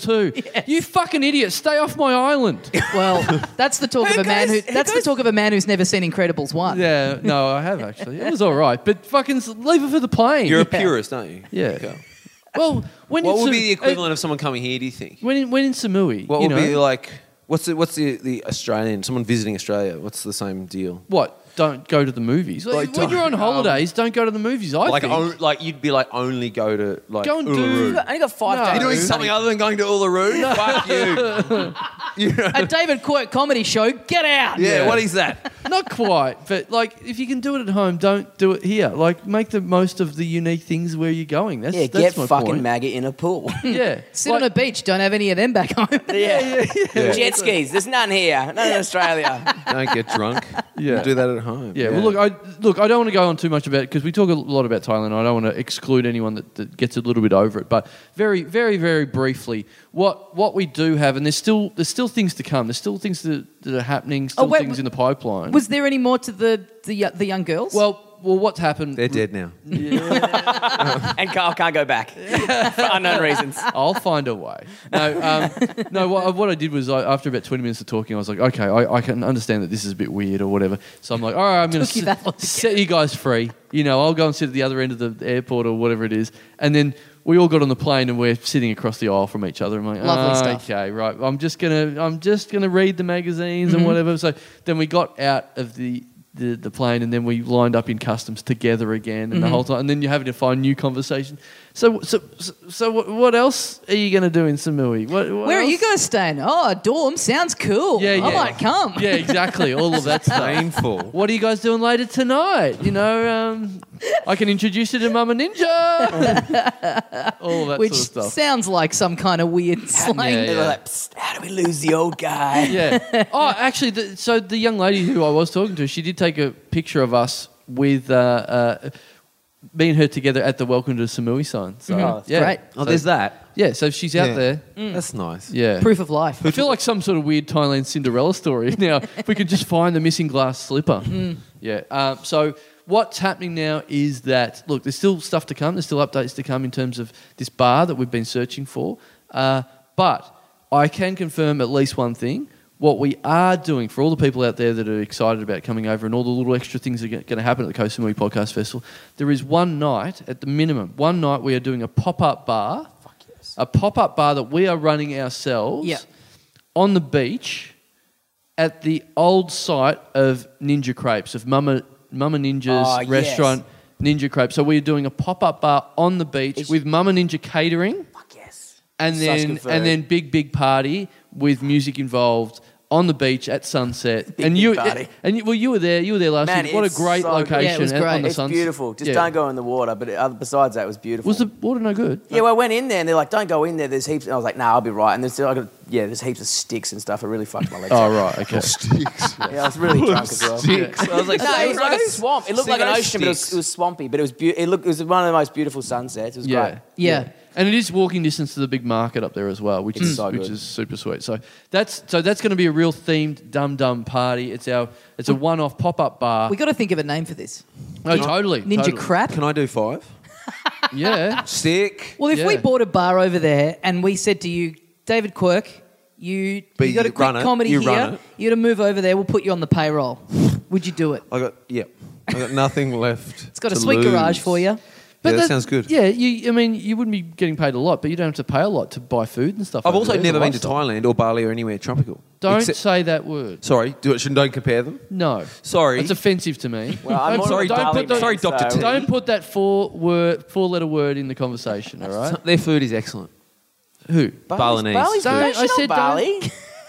too." You fucking idiot! Stay off my island. Well, that's the talk of a man who that's the talk of a man who's never seen Incredibles one. yeah, no, I have actually. It was all right, but fucking s- leave it for the plane. You're a purist, aren't you? yeah. Well, when in What would Sam- be the equivalent of someone coming here? Do you think? uh, when in, when in Samui? What you know, would be like? What's the what's the, the Australian? Someone visiting Australia? What's the same deal? what? Don't go to the movies. Like, when you're on don't- um, holidays, don't go to the movies. I like oh, think. on, like you'd be like only go to like Go and do- Uluru. I only got five No. dollars. You're doing something other than going to Uluru? Fuck you. A David Quirk comedy show, get out. Yeah, what is that? Not quite, but like if you can do it at home, don't do it here. Like make the most of the unique things where you're going. That's Yeah, that's get my fucking point. maggot in a pool. Yeah, Sit Like, on a beach, don't have any of them back home. yeah. Yeah. jet skis. There's none here. None in Australia. Don't get drunk. Yeah. Do that at home. yeah, well, look, I look, I don't want to go on too much about it because we talk a lot about Thailand. I don't want to exclude anyone that, that gets a little bit over it. But very, very, very briefly, what what we do have, and there's still there's still things to come. There's still things that, that are happening. Still wait, things in the pipeline. Was there any more to the the, uh, the young girls? well, well, what's happened? They're dead now. and Carl can't go back for unknown reasons. I'll find a way. No, um, no. What, what I did was I, after about twenty minutes of talking, I was like, okay, I, I can understand that this is a bit weird or whatever. So I'm like, all right, I'm going Took you to that long to set you guys free. You know, I'll go and sit at the other end of the airport or whatever it is. And then we all got on the plane and we're sitting across the aisle from each other. I'm like, Lovely "Ah, stuff. Okay, right. I'm just gonna I'm just gonna read the magazines Mm-hmm. and whatever. So then we got out of the. The, the plane and then we lined up in customs together again Mm-hmm. and the whole time and then you're having to find new conversation so so so, so what, what else are you going to do in Samui what, what Where are you else? guys staying? Oh, a dorm sounds cool. yeah, yeah. I might come. yeah exactly all of that stuff Painful. what are you guys doing later tonight you know um, I can introduce you to Mama Ninja. All that Which sort of stuff. sounds like some kind of weird slang. Yeah, They're yeah. like, "Psst, how do we lose the old guy? yeah. Oh, actually, the, so the young lady who I was talking to, she did take a picture of us with uh, uh, me and her together at the Welcome to Samui sign. So, Mhm. yeah. Great. Oh, So- there's that. Yeah, so she's out Yeah. Mm. there. That's nice. Yeah. Proof of life. I feel like some sort of weird Thailand Cinderella story. Now, if we could just find the missing glass slipper. Yeah. Um, so, what's happening now is that, look, there's still stuff to come. There's still updates to come in terms of this bar that we've been searching for. Uh, but I can confirm at least one thing. What we are doing for all the people out there that are excited about coming over and all the little extra things that are going to happen at the Koh Samui Podcast Festival, there is one night, at the minimum, one night we are doing a pop up bar. A pop up bar that we are running ourselves Yeah. on the beach at the old site of Ninja Crepes, of Mama, Mama Ninja's Ah, yes. restaurant, Ninja Crepes. So we're doing a pop up bar on the beach with Mama Ninja catering Fuck yes. and Such then good food. and then big big party with music involved on the beach at sunset. Big, and big you party. and you, well, you were there. You were there last Man, year. What a it's great so good. location Yeah, it was and- great. on the It's sunset. beautiful. Just Yeah. don't go in the water. But it, other- besides that, it was beautiful. Was the water no good? yeah, well, I went in there and they're like, don't go in there. There's heaps. And I was like, nah, I'll be right. And there's still, I got, yeah, there's heaps of sticks and stuff. It really fucked my legs. Oh up. right, okay. Yeah, I was really drunk as well. Sticks. I was like, No, it was like a "Sticks." swamp. It looked like an Cigarette ocean, but it was, sticks. it was swampy. But it was beautiful. It looked. It was one of the most beautiful sunsets. It was Yeah. great. Yeah. And it is walking distance to the big market up there as well, which is so which good. is super sweet. So that's so that's going to be a real themed dum dum party. It's our it's a one off pop up bar. we got to think of a name for this. no, Oh, totally Ninja totally. crap. Can I do five? Yeah, Stick. Well, if we Yeah. bought a bar over there and we said to you, David Quirk, you, But you got a you quick run it, comedy you run here, it. you got to move over there, we'll put you on the payroll. Would you do it? I got yeah. I got nothing left. It's got a sweet garage for you. yeah, that sounds good. Yeah, you. I mean, you wouldn't be getting paid a lot, but you don't have to pay a lot to buy food and stuff. I've over also there. It's a never been to lifestyle. Thailand or Bali or anywhere tropical. Don't Except- say that word. sorry. Do it. Shouldn't don't compare them. No, Sorry. it's offensive to me. Well, I'm don't, more sorry, of a don't Dr. Bali put Doctor- the, man, sorry, Dr. so- Tim. don't put that four word four letter word in the conversation. All right, Their food is excellent. who? Balinese. Bali's Don't- professional, I said don't- Bali.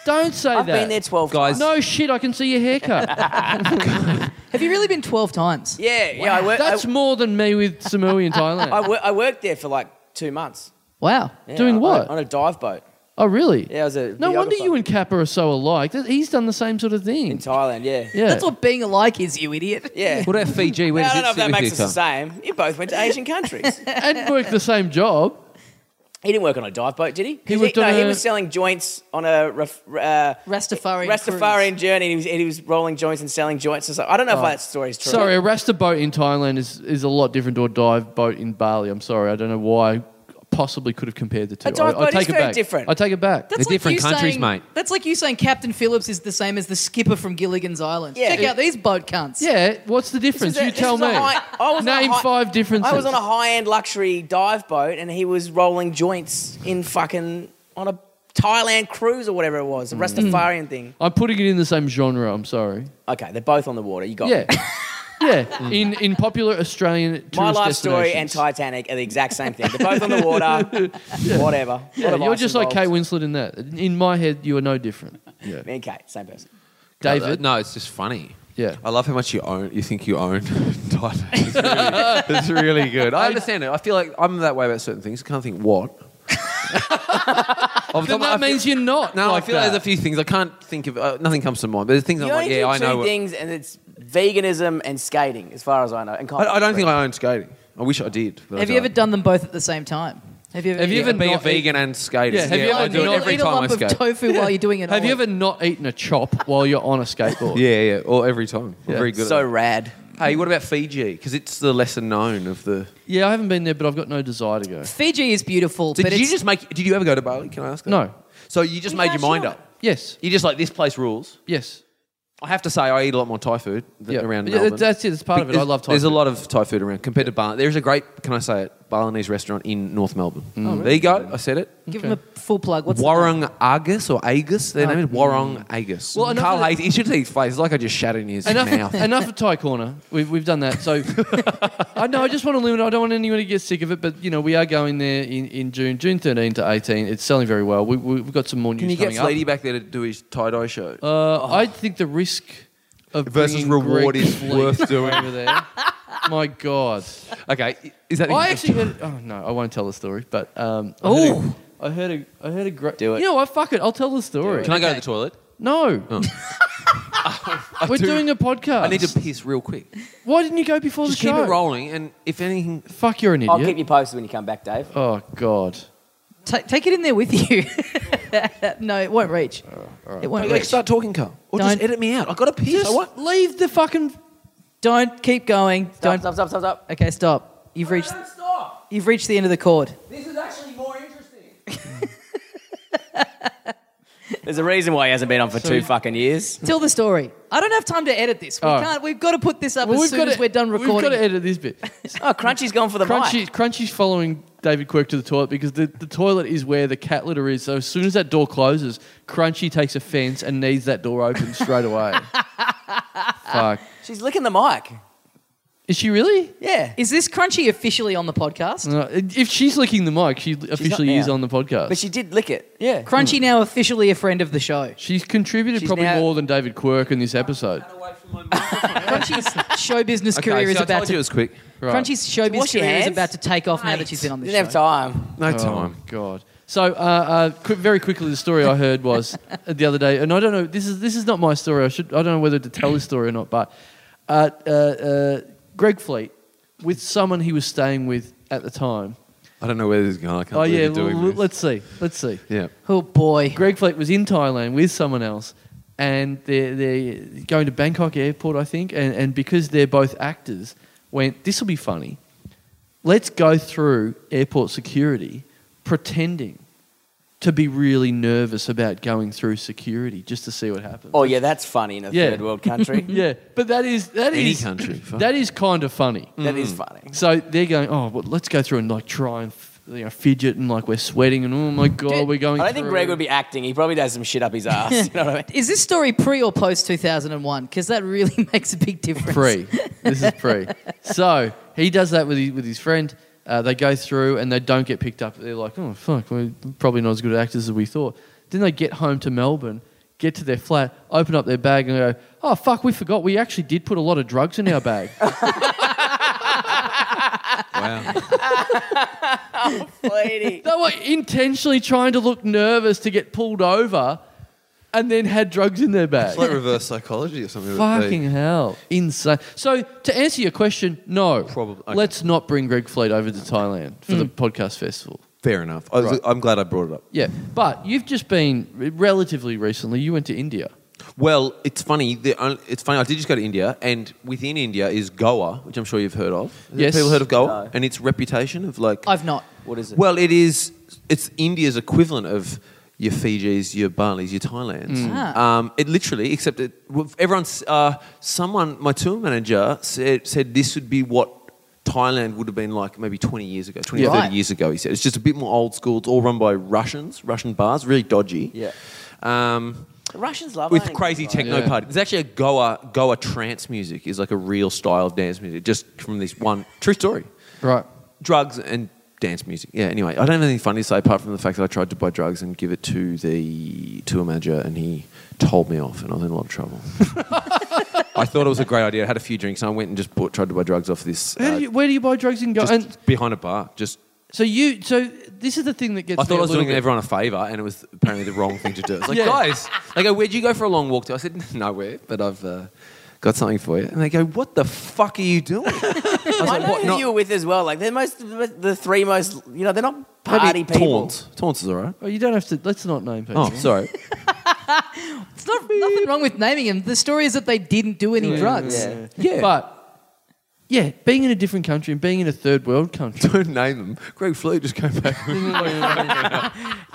Don't say I've that. been there twelve Guys- times. No shit, I can see your haircut. Have you really been 12 times? Yeah, yeah. I, wor- That's I, more than me with Samui in Thailand. I, wor- I worked there for like two months. Wow. Yeah, Doing on- what? On a dive boat oh, really? Yeah, I was a No wonder videographer. you and Kappa are so alike. Th- He's done the same sort of thing. in Thailand. Yeah. yeah. That's what being alike is, you idiot. Yeah. What about Fiji? Where Now, I does don't know it if sit with that makes you, us the Tom? same. You both went to Asian countries. and work the same job. he didn't work on a dive boat, did he? 'Cause He, worked no, on he a- was selling joints on a ref, uh, Rastafarian Rastafarian journey. And he was and he was rolling joints and selling joints. And so I don't know if that story's true. Oh. Sorry, a rasta boat in Thailand is, is a lot different to a dive boat in Bali. I'm sorry, I don't know why I possibly could have compared the two. A dive I, I boat is take it very back. different. I take it back. That's They're different you countries, saying, mate. That's like you saying Captain Phillips is the same as the skipper from Gilligan's Island. Yeah. Check out these boat cunts. yeah, what's the This difference? is a- you this tell is me. a high- I was on a Name high- five differences. I was on a high-end luxury dive boat, and he was rolling joints in fucking on a Thailand cruise or whatever it was, a Hmm. Rastafarian thing. I'm putting it in the same genre. I'm sorry. Okay, they're both on the water. You got Yeah. me. yeah. In in popular Australian tourist My life story and destinations. Titanic are the exact same thing. They're both on the water. Whatever. Yeah, you're just like Kate Winslet in that. In my head, you are no different. Yeah. Me and Kate, same person. David. No, it's just funny. Yeah. I love how much you own. You think you own Titan. It's really, it's really good. I understand it. I feel like I'm that way about certain things. I can't think what. I've Then got my- I that feel- means you're not. No, like I feel that. there's a few things I can't think of. Uh, nothing comes to mind. But there's things You I'm like, only yeah, do I two know. it. things, and it's veganism and skating, as far as I know. And I, I don't think I own skating. I wish I did. But I Have you ever don't. done them both at the same time? Have you ever, Have you Yeah, ever being a not eat- vegan and skating? Yeah, have you ever I do it not- every eat a time I lump of skate. tofu while you're doing it? Have you all? ever not eaten a chop while you're on a skateboard? Yeah, yeah, or every time. I'm Yeah. very good. so at rad. that. Hey, what about Fiji? Because it's the lesser known of the. Yeah, I haven't been there, but I've got no desire to go. Fiji is beautiful, Did but you it's, just make? Did you ever go to Bali? Can I ask? That? No. So you just We made your actually mind not. up. Yes. You just like this place rules. Yes. I have to say, I eat a lot more Thai food th- Yeah. around Yeah, Melbourne. that's it. That's part of it. I There's- love Thai There's food. a lot of Thai food around compared to Bali. There's a great, can I say it, Balinese restaurant in North Melbourne. Oh, There you go. I said it. give them a full plug. What's the name? Warung Agus or Agus. Their name is Warung Agus. Well, Well, enough Carl of the- Hayes. He should say his face. It's like I just shat in his Enough, mouth. enough of Thai Corner. We've, we've done that. So, I know I just want to limit. I don't want anyone to get sick of it. But you know, we are going there in, in June, June 13 to 18. It's selling very well. We, we, we've got some more news Can you get coming up. Fleety back there to do his tie dye show? Uh, I think the risk of Versus bringing reward Greg is Fleet worth doing. over there My God. Okay, is that? I actually heard. Oh no, I won't tell the story. But um, I heard Ooh. a- I heard a I heard a great. Do it. You know what? Fuck it. I'll tell the story. Can I go to the toilet? No. We're do- doing a podcast. Oh. I need to piss real quick. Why didn't you go before Just the keep show? it rolling, and if anything, Fuck, you're an idiot. I'll keep you posted when you come back, Dave. Oh God. Ta take it in there with you. no, it won't reach. It won't okay, reach. start talking, Carl, or just Don't- edit me out. I got to piss. Just So what? leave the fucking. Don't keep going. Stop, Don't. stop, stop, stop, stop. Okay, stop. You've reached. stop. You've reached the end of the cord. This is actually more interesting. There's a reason why he hasn't been on for two fucking years. Tell the story. I don't have time to edit this. We Oh. can't. We've got to put this up Well, as we've soon got as to, we're done recording. We've got to edit this bit. Oh, Crunchy's gone for the Crunchy, mic. Crunchy's following David Quirk to the toilet because the, the toilet is where the cat litter is. So as soon as that door closes, Crunchy takes offence and needs that door open straight away. Fuck. She's licking the mic. Is she really? Yeah. Is this Crunchy officially on the podcast? No, if she's licking the mic, she officially now. is on the podcast. But she did lick it. Yeah. Crunchy now officially a friend of the show. she's contributed She's probably now- more than David Quirk in this episode. Crunchy's show business Okay, career so is I about told you it to. was quick. Right. Crunchy's show business wash your career is hands? about to take off now that she's been on the Didn't have show. time. No Oh, time. God. So, uh, uh, quick, very quickly, the story I heard was the other day, and I don't know. This is this is not my story. I should. I don't know whether to tell this story or not. But uh, uh, uh, Greg Fleet, with someone he was staying with at the time. I don't know where this is going. I can't Oh believe yeah, you're doing l- this. let's see. Let's see. Yeah. Oh boy. Greg Fleet was in Thailand with someone else, and they're, they're going to Bangkok airport, I think. And, and because they're both actors, went, This will be funny. Let's go through airport security pretending to be really nervous about going through security just to see what happens. Oh, yeah, that's funny in a Yeah. third world country. Yeah, but that is that is Any country, fuck. that is kind of funny. That is funny. So they're going, oh, well, let's go through and like try and f- you know fidget and like we're sweating and oh my god, Dude, we're I going. don't think Greg would be acting. He probably does some shit up his ass. you know what I mean? Is this story pre or post 2001? Because that really makes a big difference. Pre. This is pre. so he does that with his, with his friend. Uh, they go through and they don't get picked up. They're like, oh, fuck, we're probably not as good actors as we thought. Then they get home to Melbourne, get to their flat, open up their bag and go, oh, fuck, we forgot. We actually did put a lot of drugs in our bag. Wow. they Lady. were intentionally trying to look nervous to get pulled over and then had drugs in their bag. it's like reverse psychology or something. Fucking hell. Insane. So, to answer your question, no. Probably- okay. Mm. Let's not bring Greg Fleet over to Thailand for the podcast festival. Fair enough. I was, Right. I'm glad I brought it up. Yeah, but you've just been relatively recently. You went to India. Well, it's funny. The, on- it's funny. I did just go to India, and within India is Goa, which I'm sure you've heard of. Have Yes. people heard of Goa No. and its reputation of like. I've not. What is it? well, it is. It's India's equivalent of your Fijis, your Balis, your Thailands. Ah. Um, it literally, except it. Everyone's. Uh, someone, my tour manager said said this would be what. Thailand would have been like maybe 20 years ago, 20 or Right. 30 years ago, he said. It's just a bit more old school. It's all run by Russians, Russian bars, really dodgy. Yeah. Um, the Russians love with owning crazy people, right? techno Yeah. party. There's actually a Goa Goa trance music is like a real style of dance music, just from this one true story. Right. Drugs and dance music. Yeah. Anyway, I don't have anything funny to say apart from the fact that I tried to buy drugs and give it to the tour manager, and he told me off, and I was in a lot of trouble. I thought it was a great idea. I had a few drinks, and I went and just bought, tried to buy drugs off this. Where uh, do you, where do you buy drugs in Goa? just And behind a bar. Just so you, so this is the thing that gets. I me thought I a was little doing bit. everyone a favour, and it was apparently the wrong thing to do. It's like, Yeah. guys, they go, where'd you go for a long walk to? I said, nowhere, but I've uh, got something for you. And they go, what the fuck are you doing? I was I like, know who not- you were with as well. Like they're most the three most. You know they're not maybe party people. Taunts. Taunts is all right. Oh, you don't have to. Let's not name people. Oh, sorry. It's not, nothing wrong with naming him. The story is that they didn't do any drugs. Yeah. Yeah. But yeah, being in a different country and being in a third world country. don't name them. Greg Fleet just came back.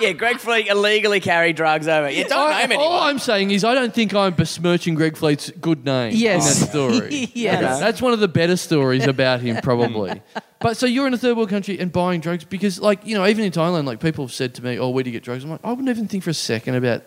Yeah, Greg Fleet illegally carried drugs over. Yeah, don't I- name anyone. all I'm saying is I don't think I'm besmirching Greg Fleet's good name Yes. in that story. Yes. Okay, That's one of the better stories about him, probably. but so you're in a third world country and buying drugs because, like, you know, even in Thailand, like people have said to me, "Oh, where do you get drugs?" I'm like, I wouldn't even think for a second about,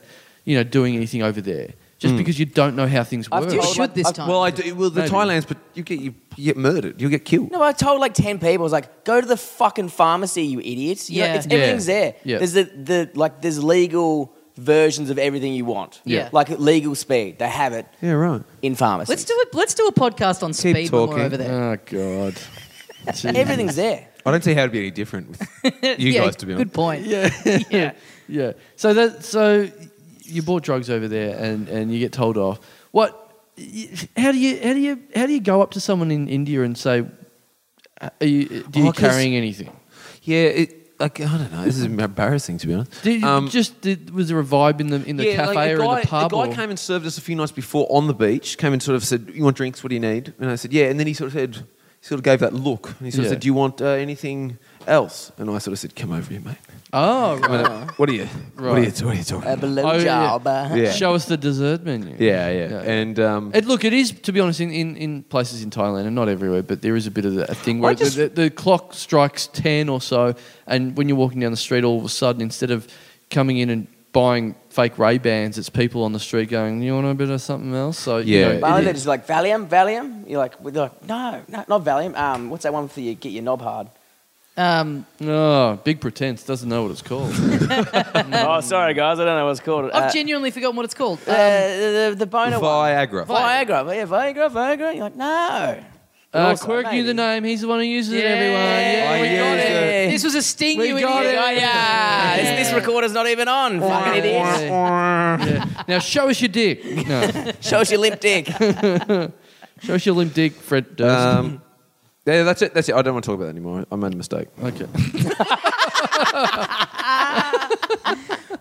you know, doing anything over there Hmm. just because you don't know how things I've work. You told- should this time. well, I do. Well, the Maybe. Thailand's, but you get you, you get murdered. You get killed. No, I told like ten people. I was like, "Go to the fucking pharmacy, you idiots!" You know, Yeah. it's, everything's Yeah. there. Yeah. There's the, the like there's legal versions of everything you want. Yeah. Like legal speed, they have it Yeah, right. in pharmacies. Let's do it. Let's do a podcast on speed when talking. we're over there. Oh god. Gee. Everything's there. I don't see how it'd be any different with you yeah, guys, to be honest. good point. Yeah. Yeah. yeah. So that so you bought drugs over there and, and you get told off. What y- how do you how do you how do you go up to someone in India and say "Uh, are you do you Oh, 'cause- carrying anything? Yeah, it, like I don't know. This is embarrassing to be honest. Did, Um, just did, was there a vibe in the in the cafe like, or guy, in the pub? guy or- came and served us a few nights before on the beach. Came and sort of said, "You want drinks? What do you need?" And I said, "Yeah." And then he sort of said, he sort of gave that look, and he Yeah. sort of said, "Do you want uh, anything else?" And I sort of said, "Come over here, mate." oh, right. I mean, uh, what are you? What are you? What are you talking? A uh-huh. about? blue Oh, yeah. job. Yeah. Show us the dessert menu. Yeah, yeah, And um, It, look, it is to be honest in, in, in places in Thailand and not everywhere, but there is a bit of that thing where I just- the, the, the clock strikes ten or so, and when you're walking down the street, all of a sudden, instead of coming in and buying fake Ray Bans, it's people on the street going, "You want a bit of something else?" So you Yeah. know, But it they're is- just like Valium, Valium. You're like, they're like, no, no, not Valium. Um, what's that one for you? Get your knob hard. Um, oh, big pretense doesn't know what it's called. oh, sorry guys, I don't know what's called. I've Uh, genuinely forgotten what it's called. Um, uh, the, the boner one. Viagra. Viagra. Yeah, Viagra, Viagra. You're like, no. uh, Also, Quirk knew maybe. the name. He's the one who Um, uses it. Everyone, yeah, I we got used it. it. this was a sting. We you got idiot. it. Oh, yeah. This, Yeah. Ah, this recorder's not even on. Fucking idiot. Yeah. Yeah. Now show us your dick. No, Shows your limp dick. show us your limp dick, Fred. Durst. um, yeah, that's it. That's it. I don't want to talk about that anymore. I made a mistake. okay.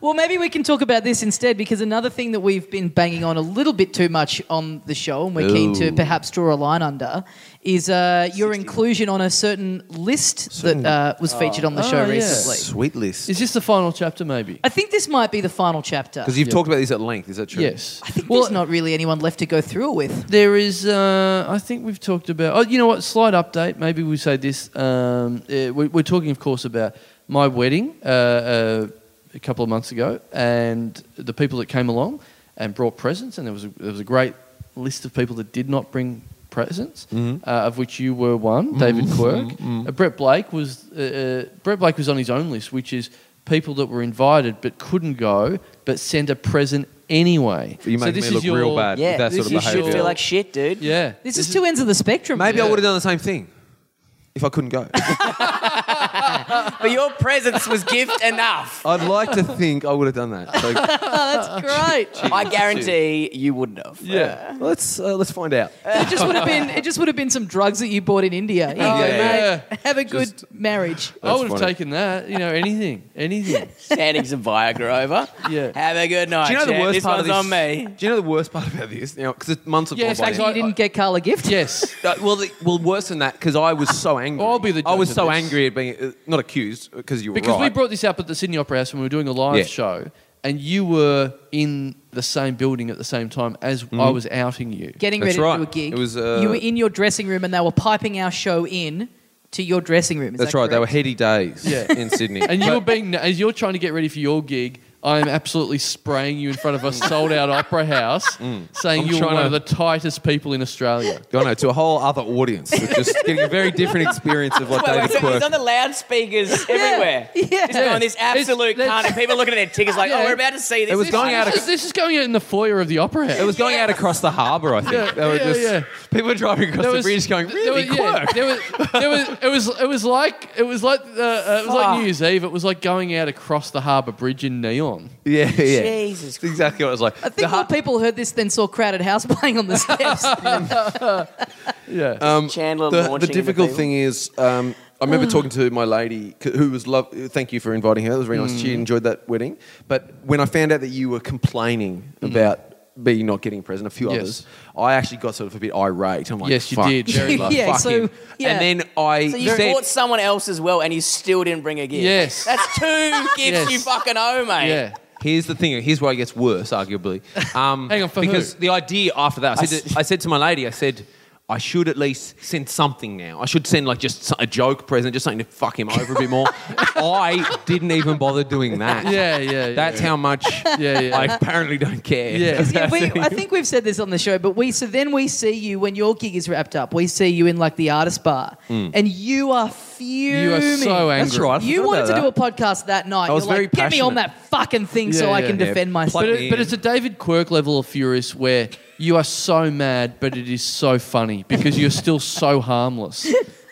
Well, maybe we can talk about this instead because another thing that we've been banging on a little bit too much on the show, and we're keen to Ooh. perhaps draw a line under, is uh, your inclusion on a certain list that uh, was featured on the show Oh, yeah. recently. Sweet list. Is this the final chapter? Maybe. I think this might be the final chapter. Because you've talked about this at length. Is that true? Yes. I think Well, there's not really anyone left to go through it with. There is. Uh, I think we've talked about. Oh, you know what? Slight update. Maybe we say this. Um, eh, we, we're talking, of course, about my wedding uh, uh, a couple of months ago, and the people that came along and brought presents, and there was a, there was a great list of people that did not bring presents, uh, Mm-hmm. of which you were one, David Quirk. Uh, Brett Blake was uh, uh, Brett Blake was on his own list, which is people that were invited but couldn't go, but sent a present anyway. You So make this me is look real your- bad Yeah, with that you sort of should behaviour. feel like shit, dude. Yeah. This, is two ends of the spectrum. Maybe I Yeah. would have done the same thing if I couldn't go. But your presence was gift enough. I'd like to think I would have done that. So, That's great. I guarantee you wouldn't have. Yeah. let's uh, let's find out. it just would have been. It just would have been some drugs that you bought in India. You Oh, go, yeah. "Mate, Have a good marriage. I would have funny. taken that. You know, anything, anything. Standing some Viagra over. Yeah. Have a good night. Do you know the champ. worst this part one's of this? on me. Do you know the worst part about this? You because months have Yeah, gone it's by. like- So you didn't get Carl a gift. yes. Uh, well, the, well, worse than that, because I was so angry. I'll be the I was judge of so this. angry at being uh, not accused because you were Because we right. brought this up at the Sydney Opera House when we were doing a live Yeah. show, and you were in the same building at the same time as I Mm-hmm. was outing you. Getting That's ready right. to do a gig. It was, uh, you were in your dressing room, and they were piping our show in to your dressing room. Is That's that right. They were correct? heady days Yeah. in Sydney. and you But- were being as you're trying to get ready for your gig. I am absolutely spraying you in front of a sold out opera house, saying Mm. I'm you were trying one of the to- tightest people in Australia. I know, Oh, to a whole other audience, which is getting a very different experience of what Wait, wait, David so it was Quirk. on the loudspeakers everywhere. Yeah. Just going this absolute It's- cunt, and people looking at their tickets like, Yeah. oh, we're about to see this. It was This going is- out of- This is, this is going out in the foyer of the opera house. It was going out across the harbour, I think. They were yeah, just yeah. people were driving across the bridge, going really there was, yeah, Quirk. there was, there was, it was, it was like, it was like, uh, uh, it was like New Year's Eve. It was like going out across the harbour bridge in neon. Yeah, yeah. Jesus That's exactly what it was like. I think more people heard this than saw Crowded House playing on the steps. Yeah, Chandler the, launching the difficult into people. thing is, um, I remember talking to my lady c- who was love. Thank you for inviting her. It was very nice. She enjoyed that wedding. But when I found out that you were complaining about. being not getting a present, a few Yes. others. I actually got sort of a bit irate. I'm like, Yes, you "Fuck, did. Jerry, Yeah, love, fuck so- him." yeah. And then I So you said- bought someone else as well, and you still didn't bring a gift. Yes. That's two Yes. gifts you fucking owe, mate. yeah. Here's the thing. Here's where it gets worse, arguably. Um, Hang on, for because who? the idea after that, I said, to, I said to my lady, I said, I should at least send something now. I should send like just so- a joke present, just something to fuck him over a bit more. I didn't even bother doing that. Yeah, yeah, yeah. That's how much Yeah, yeah. I apparently don't care. Yeah. Yeah, we, I think we've said this on the show, but we so then we see you when your gig is wrapped up. We see you in like the artist bar, and you are fuming. You are so angry. That's right. I You forgot wanted to about do a podcast that night. I was You're very like, get me on passionate." that fucking thing so Yeah, I yeah, can yeah. defend myself. But, Plug it, but in. it's a David Quirk level of furious where you are so mad, but it is so funny because you're still so harmless.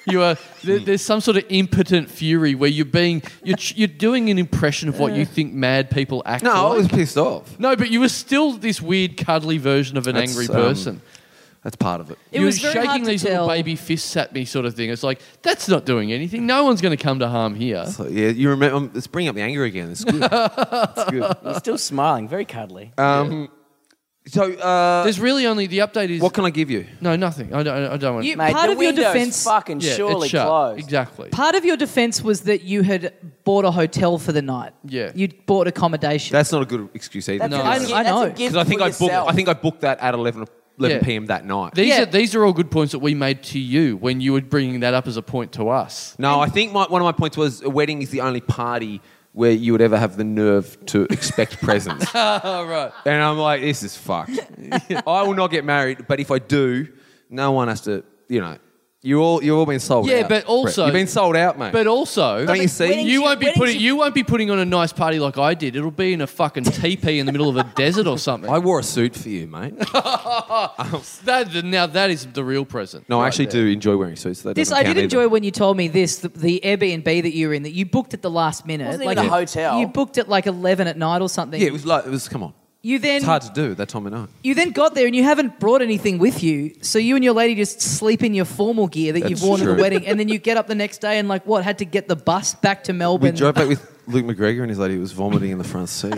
You are Hmm. there, there's some sort of impotent fury where you're being you're, ch- you're doing an impression of what you think mad people act No, I like. was pissed off. no, but you were still this weird cuddly version of an That's, angry um, person. That's part of it. It you was were very shaking hard to these little tell. baby fists at me, sort of thing. It's like that's not doing anything. No one's going to come to harm here. So, yeah, you remember? um, Let's bring up the anger again. It's good. it's good. He's still smiling, very cuddly. Um, So, uh, There's really only the update is what can I give you? no nothing. I don't. I don't want. You- Mate, Part the of your window's defense- fucking Yeah, it's surely shut. closed. Exactly. Part of your defense was that you had bought a hotel for the night. Yeah. You'd bought accommodation. That's not a good excuse either. That's No. a I- gift- I that's a know. gift because I think for I booked. yourself. I think I booked that at 11, 11 Yeah. p.m. that night. These Yeah. are these are all good points that we made to you when you were bringing that up as a point to us. no, I think my, one of my points was a wedding is the only party where you would ever have the nerve to expect presents. Oh right. And I'm like, this is fucked. I will not get married, but if I do, no one has to, you know, you all you've all been sold out. Yeah, but Brett. also- you've been sold out, mate. But also, Don't you But see? weddings- You won't be weddings- putting you won't be putting on a nice party like I did. It'll be in a fucking teepee in the middle of a desert or something. I wore a suit for you, mate. That- now that is the real present. No, I right actually there. do enjoy wearing suits. so that This doesn't I count did enjoy either. when you told me this the, the Airbnb that you were in that you booked at the last minute, Wasn't like even a hotel. You booked at like eleven at night or something. Yeah, it was like it was. Come on, you then it's hard to do at that time of night. you then got there and you haven't brought anything with you, so you and your lady just sleep in your formal gear that you've That's worn at the true. wedding, and then you get up the next day and like what had to get the bus back to We Melbourne. drove back with Luke McGregor and his lady who was vomiting in the front seat.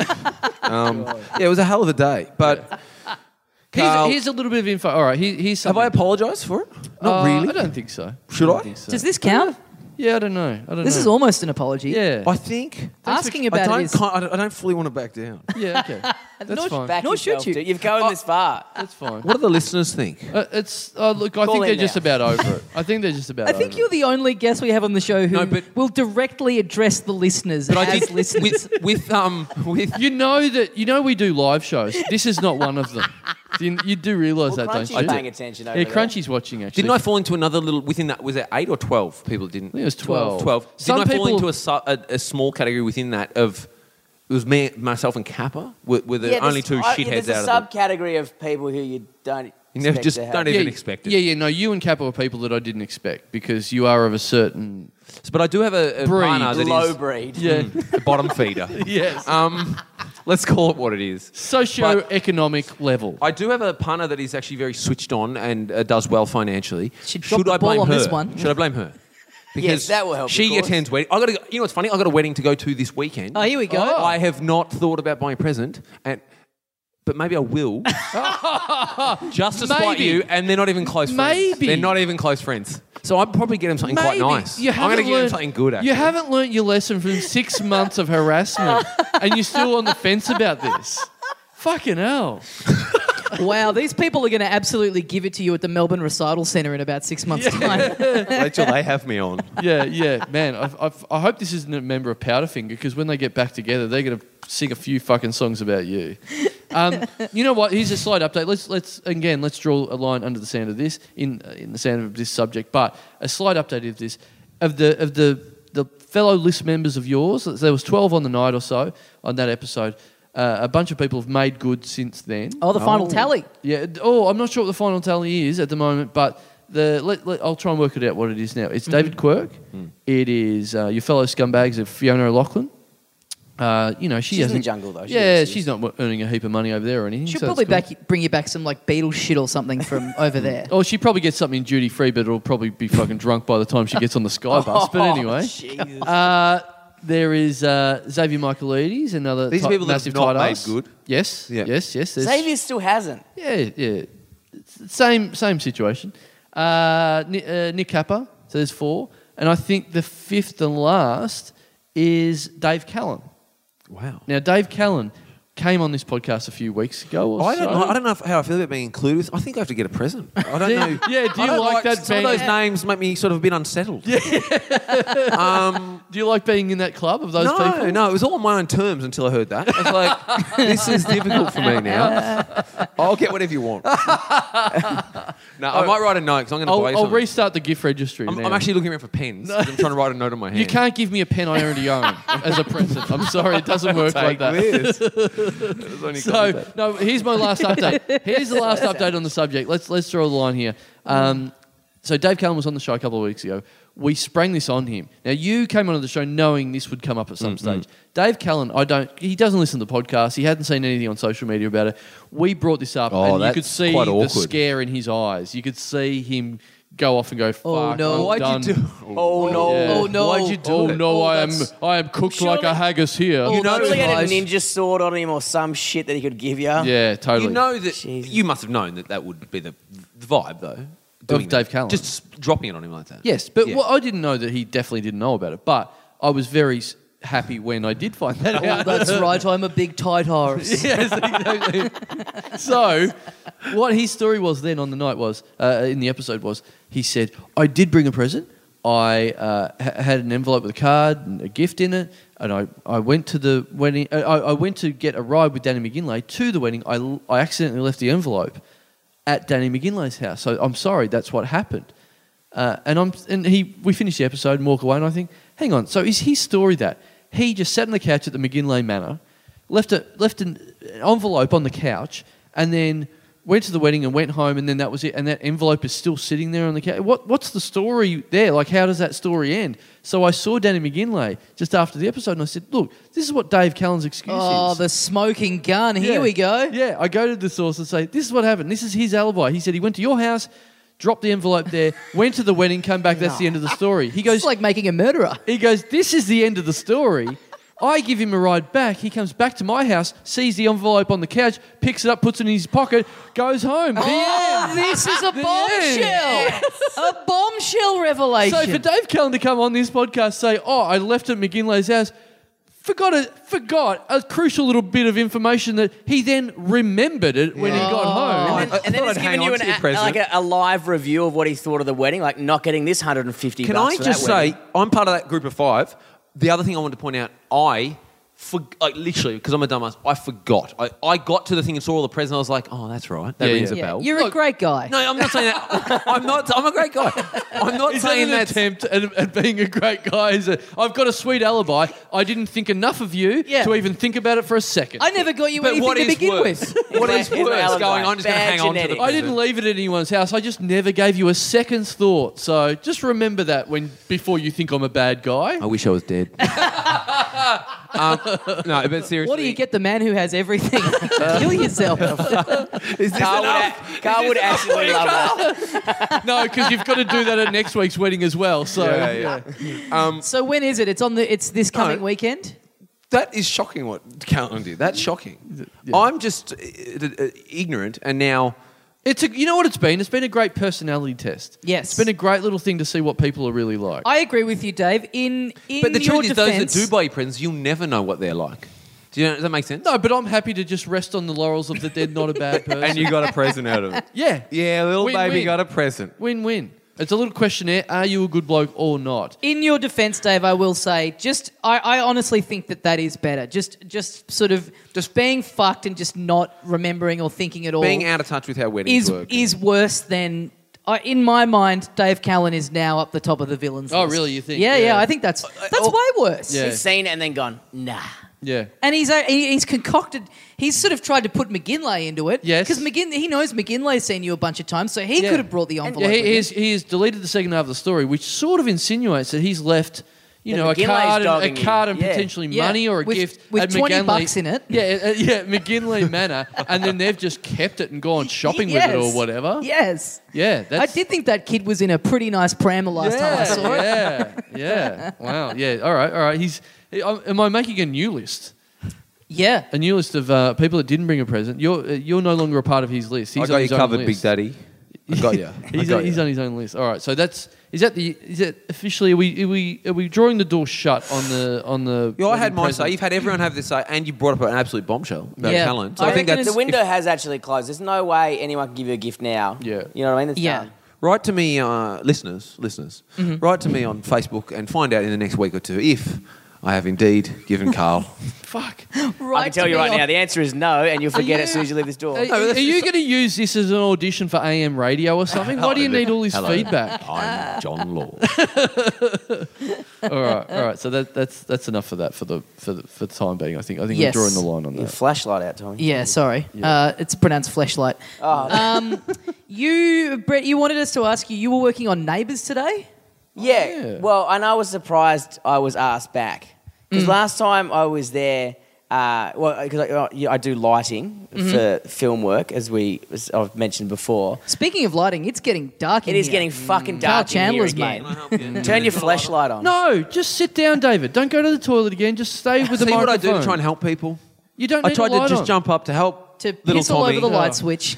Um, yeah, it was a hell of a day. But Here's, Carl- here's a little bit of info. All right. Here, here's have something. I apologised for it? Uh, Not I really. don't think so. Should don't I? think so. Does this count? Yeah, I don't know. I don't know. This is almost an apology. Mm. Yeah. I think Asking I about don't, it is ki- I don't. I don't fully want to back down. yeah. Okay. That's Nor- fine. Back Nor yourself, should you. dude. You've gone this far. That's fine. What do the listeners think? Uh, it's uh, look. I Call think in they're just now. about over it. I think they're just about. I think over you're the only guest we have on the show who No, but- will directly address the listeners But I as did listeners. with with um with You know that you know we do live shows. This is not one of them. You, you do realise Well, that, don't Crunchy's you? paying attention over yeah, there. Crunchy's watching actually. Didn't I fall into another little within that? Was it eight or twelve people? that Didn't I think it was 12. Twelve. Didn't Some I fall people- into a, su- a, a small category within that of it was me, myself, and Kappa were, were the Yeah, only there's- two I- shitheads There's a out of subcategory of people who you don't. You never expect just to have. don't yeah, even expect it. Yeah, yeah. No, you and Cap are people that I didn't expect because you are of a certain. them. But I do have a, a Breed. partner that is low breed. Yeah. the bottom feeder. yes. Um, let's call it what it is. Socio-economic level. I do have a partner that is actually very switched on and uh, does well financially. She dropped the I ball blame on her? this one. Should I blame her? Yes, that will help, of She course. attends wedding. I got. Go, you know what's funny? I got a wedding to go to this weekend. oh, here we go. I have not thought about buying a present, and but maybe I will. Just to spite Maybe. you, and they're not even close friends. Maybe. They're not even close friends. So I'd probably get them something quite Maybe. nice. You I'm going to haven't get them learnt- something good, actually. You haven't learnt your lesson from six months of harassment, and you're still on the fence about this. Fucking hell. Wow, these people are going to absolutely give it to you at the Melbourne Recital Centre in about six months' time. Wait till they have me on. yeah, yeah, man. I've, I've, I hope this isn't a member of Powderfinger because when they get back together, they're going to sing a few fucking songs about you. Um, you know what? Here's a slight update. Let's let's again let's draw a line under the sand of this in uh, in the sand of this subject, but a slight update of this of the of the the fellow list members of yours. There was twelve on the night or so on that episode. Uh, a bunch of people have made good since then. Oh, the final tally. Yeah. d- Oh, I'm not sure what the final tally is at the moment, but the let, let- I'll try and work it out what it is now. It's Mm-hmm. David Quirk. It is uh, your fellow scumbags of Fiona O'Loughlin. Uh, you know she She's in the hasn't jungle, though. She yeah, is, she she's not wo- earning a heap of money over there or anything. She'll so that's probably cool. back, bring you back some like Beatles shit or something from over there. Oh, she probably gets something duty free, but it'll probably be fucking drunk by the time she gets on the sky Oh, bus. But anyway, Oh, Jesus. uh, there is uh, Xavier Michaelides, another These ti- people that have massive not tight made ass. good. Yes, Yeah. yes, yes. there's- Xavier still hasn't. Yeah, yeah. It's Same same situation. Uh, Nick, uh, Nick Kappa, so there's four. And I think the fifth and last is Dave Callan. Wow. Now, Dave Callan came on this podcast a few weeks ago. Or I don't, so. know, I don't know if- how I feel about being included. I think I have to get a present. I don't Do- know. yeah, do I you don't like that Some of those band? names make me sort of a bit unsettled. um, Do you like being in that club of those no, people? no, it was all on my own terms until I heard that. I was like, this is difficult for me now. I'll get whatever you want. no, I might write a note because I'm going to I'll, buy you I'll something. restart the gift registry. I'm, now. I'm actually looking around for pens. 'cause I'm trying to write a note on my hand. You can't give me a pen I already own as a present. I'm sorry, it doesn't work like that. So no, here's my last update. Here's the last update on the subject. Let's let's draw the line here. Um, so Dave Cullen was on the show a couple of weeks ago. We sprang this on him. Now you came onto the show knowing this would come up at some Mm-hmm. stage. Dave Cullen, I don't. He doesn't listen to the podcast. He hadn't seen anything on social media about it. We brought this up, Oh, and you that's could see quite the awkward. scare in his eyes. You could see him go off and go, "Fuck, Oh, no. Why'd I'm you done." do- Oh, no. Yeah. Oh, no. Why'd you do Oh, it? No, oh, I am. that's- I am cooked like a Surely- haggis here. Oh, You know, that's he had a nice. ninja sword on him or some shit that he could give you. yeah, totally. You know that Jesus. you must have known that that would be the, the vibe, though. doing Dave that. Callan. just s- dropping it on him like that. Yes, but Yeah. what I didn't know that he definitely didn't know about it. But I was very s- happy when I did find that Oh, out. that's right. I'm a big tight horse. yes, exactly. so, what his story was then on the night was uh, in the episode was he said, "I did bring a present. I uh, ha- had an envelope with a card and a gift in it, and I, I went to the wedding. uh, I, I I went to get a ride with Danny McGinlay to the wedding. I, l- I accidentally left the envelope at Danny McGinlay's house. So I'm sorry, that's what happened." Uh, and I'm and he we finish the episode and walk away and I think, hang on, so is his story that he just sat on the couch at the McGinlay Manor, left a left an an envelope on the couch, and then went to the wedding and went home and then that was it and that envelope is still sitting there on the couch. What what's the story there? Like how does that story end? So I saw Danny McGinlay just after the episode and I said, Look, this is what Dave Callan's excuse Oh, is. the smoking gun. Here Yeah. we go. Yeah, I go to the source and say, This is what happened. This is his alibi. He said he went to your house, dropped the envelope there, went to the wedding, came back. That's the end of the story. He It's goes, like making a murderer. He goes, This is the end of the story. I give him a ride back. He comes back to my house, sees the envelope on the couch, picks it up, puts it in his pocket, goes home. The Oh, end. this is a The bombshell. end. a bombshell revelation. So for Dave Callan to come on this podcast, say, "Oh, I left at McGinley's house," forgot a forgot a crucial little bit of information that he then remembered it when he got home. And, I and then thought he's I'd giving hang you on an, to your a, present. like a, a live review of what he thought of the wedding, like not getting this 150 Can bucks I for just that say, wedding. I'm part of that group of five. The other thing I wanted to point out, I, for, like literally, because I'm a dumbass, I forgot. I, I got to the thing and saw all the presents. I was like, oh, that's right. That Yeah, rings yeah. a yeah, bell. you're a great guy. no, I'm not saying that. I'm not. I'm a great guy. I'm not Is that saying an that. attempt at, at being a great guy? Is it, I've got a sweet alibi. I didn't think enough of you Yeah. to even think about it for a second. I never got you But anything what to is begin worse? with. What is Here's my worse alibi. going? I'm just going to Bad hang on to the. genetics. I didn't leave it at anyone's house. I just never gave you a second's thought. So just remember that when before you think I'm a bad guy. I wish I was dead. um, no, but seriously. What do you get the man who has everything? Kill yourself. Carl would, a- Carl would absolutely love that. No, because you've got to do that at next week's wedding as well. So Yeah, yeah. so when is it? It's on the. It's this coming No. weekend. That is shocking what Callan did. That's shocking. I'm just uh, uh, ignorant and now. It's a, you know what it's been? It's been a great personality test. Yes. It's been a great little thing to see what people are really like. I agree with you, Dave. In in But the your truth is, defense, those that do buy your presents, you'll never know what they're like. Do you know, does that make sense? no, but I'm happy to just rest on the laurels of the dead, not a bad person. you got a present out of it. yeah. Yeah, little Win, baby win. got a present. Win win. It's a little questionnaire. Are you a good bloke or not? In your defense, Dave, I will say, just I, I honestly think that that is better. Just just sort of just being fucked and just not remembering or thinking at all Being out of touch with how weddings is work. is worse than. I in my mind, Dave Callan is now up the top of the villains. Oh, list. really? You think? Yeah, yeah, Yeah. I think Uh, that's that's oh, way worse. Yeah. He's seen it and then gone, nah. Yeah. And he's uh, he- he's concocted. He's sort of tried to put McGinlay into it. Yes. because McGin he knows McGinlay's seen you a bunch of times, so he Yeah. could have brought the envelope. Yeah, with him. he, he's, he has deleted the second half of the story, which sort of insinuates that he's left, you That know, a McGinley's card, and, dogging a you. card and Yeah. potentially Yeah. money or a With- gift with at 20 McGinley- bucks in it. Yeah, uh, yeah, McGinley Manor, and then they've just kept it and gone shopping with it or Yes. whatever. Yeah, Yes. that's I did think that kid was in a pretty nice pram the last time I saw him. yeah, yeah. Wow. Yeah. All right. All right. He's. I'm- Am I making a new list? Yeah. A new list of uh, people that didn't bring a present. You're uh, you're no longer a part of his list. He's I on got you his own covered, list. Big Daddy. I got you. I he's, got he's you. on his own list. All right, so that's Is that the? Is that officially? Are we are we are we drawing the door shut on the on the? Yeah, I had my say. president? You've had everyone have their say, and you brought up an absolute bombshell about Yeah. Callan. So I I, think reckon that's The window has actually closed. There's no way anyone can give you a gift now. Yeah. You know what I mean? It's Yeah. done. Write to me, uh, listeners, listeners. Write to me on Facebook and find out in the next week or two if I have indeed given Carl. Fuck. I can tell you right now, the answer is no, and you'll forget you- it as soon as you leave this door. Are, are you going to use this as an audition for AM radio or something? Why do you need all this Hello. feedback? I'm John Law. all right, all right. So that, that's that's enough for that for the for the, for the time being. I think I think Yes. we're drawing the line on Your that. flashlight out, Tommy. Oh, Yeah, sorry. Uh, it's pronounced fleshlight. Um, you, Brett, you wanted us to ask you. You were working on Neighbours today. Oh, Yeah. yeah. Well, and I was surprised I was asked back Mm. because last time I was there. Uh, well, because I, I do lighting Mm-hmm. for film work, as we as I've mentioned before. Speaking of lighting, it's getting dark. It in is here. getting fucking Carl dark in here Chandler's again. mate. Turn your flashlight on. No, just sit down, David. Don't go to the toilet again. Just stay with the See microphone. what I do to try and help people? You don't. I need tried the to light just on. jump up to help To little piss all Tommy. over the light Oh. switch.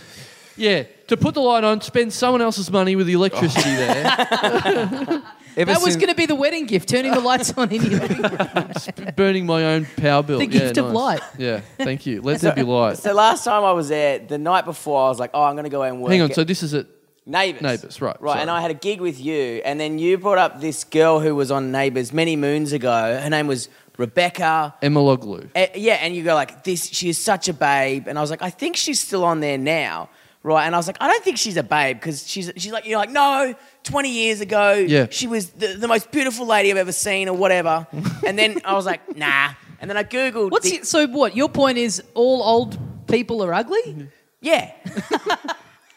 Yeah, to put the light on, spend someone else's money with the electricity there, Ever That was since- going to be the wedding gift. Turning the lights on in your living room. burning my own power bill. The Yeah, gift of nice. light. Yeah, thank you. Let there be light. So last time I was there, the night before, I was like, "Oh, I'm going to go and work." Hang on. at- So this is it. Neighbours. Neighbours, right, Right, sorry. and I had a gig with you, and then you brought up this girl who was on Neighbours many moons ago. Her name was Rebecca. Emma Loglu. Eh, yeah, and you go like, this, she is such a babe. And I was like, I think she's still on there now. Right. And I was like, I don't think she's a babe because she's, she's like, you're like, no, 20 years ago, Yeah. she was the, the most beautiful lady I've ever seen or whatever. and then I was like, nah. And then I Googled. What's the- it, so? What your point is? All old people are Mm-hmm. ugly. Yeah.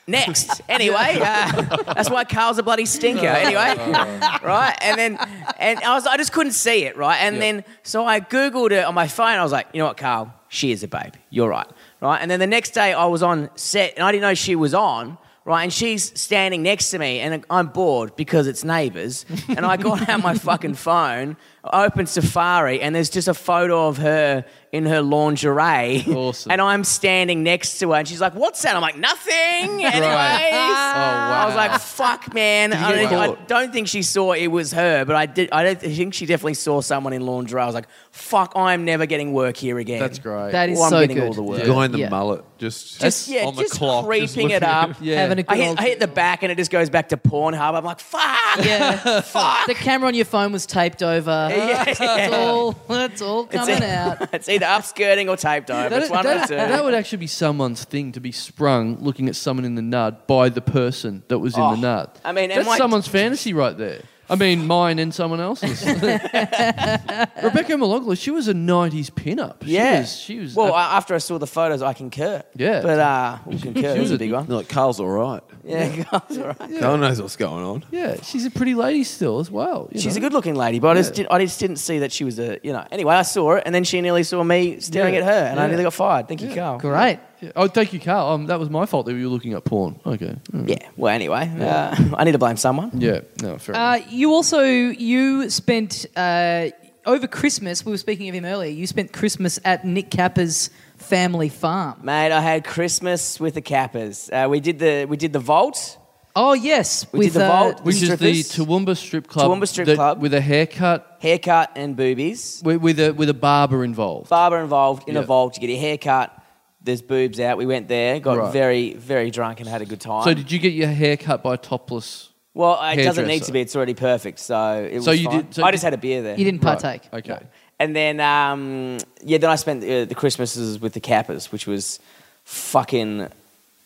Next. Anyway, uh, that's why Carl's a bloody stinker. Anyway, right? And then, and I was, I just couldn't see it, right? And then, so I googled it on my phone. I was like, you know what, Carl, she is a babe. You're right, right? And then the next day, I was on set, and I didn't know she was on. Right, and she's standing next to me, and I'm bored because it's neighbours. And I got out my fucking phone, opened Safari, and there's just a photo of her in her lingerie. Awesome. And I'm standing next to her, and she's like, "What's that?" I'm like, "Nothing." Anyways, wow. I was like, "Fuck, man." I get don't, I caught? don't think she saw it was her, but I did. I don't I think she definitely saw someone in lingerie. I was like, "Fuck, I'm never getting work here again." That's great. That is Or I'm so getting good. all the work. The guy in the Yeah. mullet just, Just yeah, on the just clock. creeping just it looking- up. Yeah. Having a good I hit, old. I hit the back, and it just goes back to Pornhub. I'm like, "Fuck." yeah. Fuck. The camera on your phone was taped over. That's all. That's all It's coming e- out. it's either upskirting or taped over. That, it's one uh, that- of the two. that would actually be someone's thing to be sprung looking at someone in the nut by the person that was Oh, in the nut. I mean, and that's my- someone's fantasy right there. I mean, mine and someone else's. Rebecca Maloglu, she was a '90s pinup. She yeah, was, she was. Well, a- I- after I saw the photos, I concur. Yeah. but uh, well, concur she is was a a- big one. Like, Carl's all right. Yeah, Carl's all right. Carl knows what's going on. yeah, she's a pretty lady still as well. you She's know. a good-looking lady, but I, just Yeah. did, I just didn't see that she was a, you know. Anyway, I saw it, and then she nearly saw me staring Yeah. at her, and I Yeah. nearly got fired. Thank you, Carl. Great. Yeah. Oh, thank you, Carl. Um, that was my fault that you were looking at porn. Okay. Mm. Yeah. Well, anyway, uh, I need to blame someone. Yeah. No, fair. enough. Uh, you also you spent uh, over Christmas. We were speaking of him earlier. You spent Christmas at Nick Capper's family farm. Mate, I had Christmas with the Cappers. Uh, we did the we did the vault. Oh yes, We with did the uh, vault. Which is the strippers? Toowoomba strip club. Toowoomba strip that- club. with a haircut, Haircut and boobies. with, with a with a barber involved. Barber involved in a Yeah. vault. You get your haircut. There's boobs out. We went there, got Right. very very drunk and had a good time. So did you get your hair cut by a topless? well, it doesn't need hairdresser? to be. It's already perfect. So it was So you fine. did- so did- I just had a beer there. you didn't Right, partake. Okay. And then, um, yeah, then I spent uh, the Christmases with the Cappers, which was fucking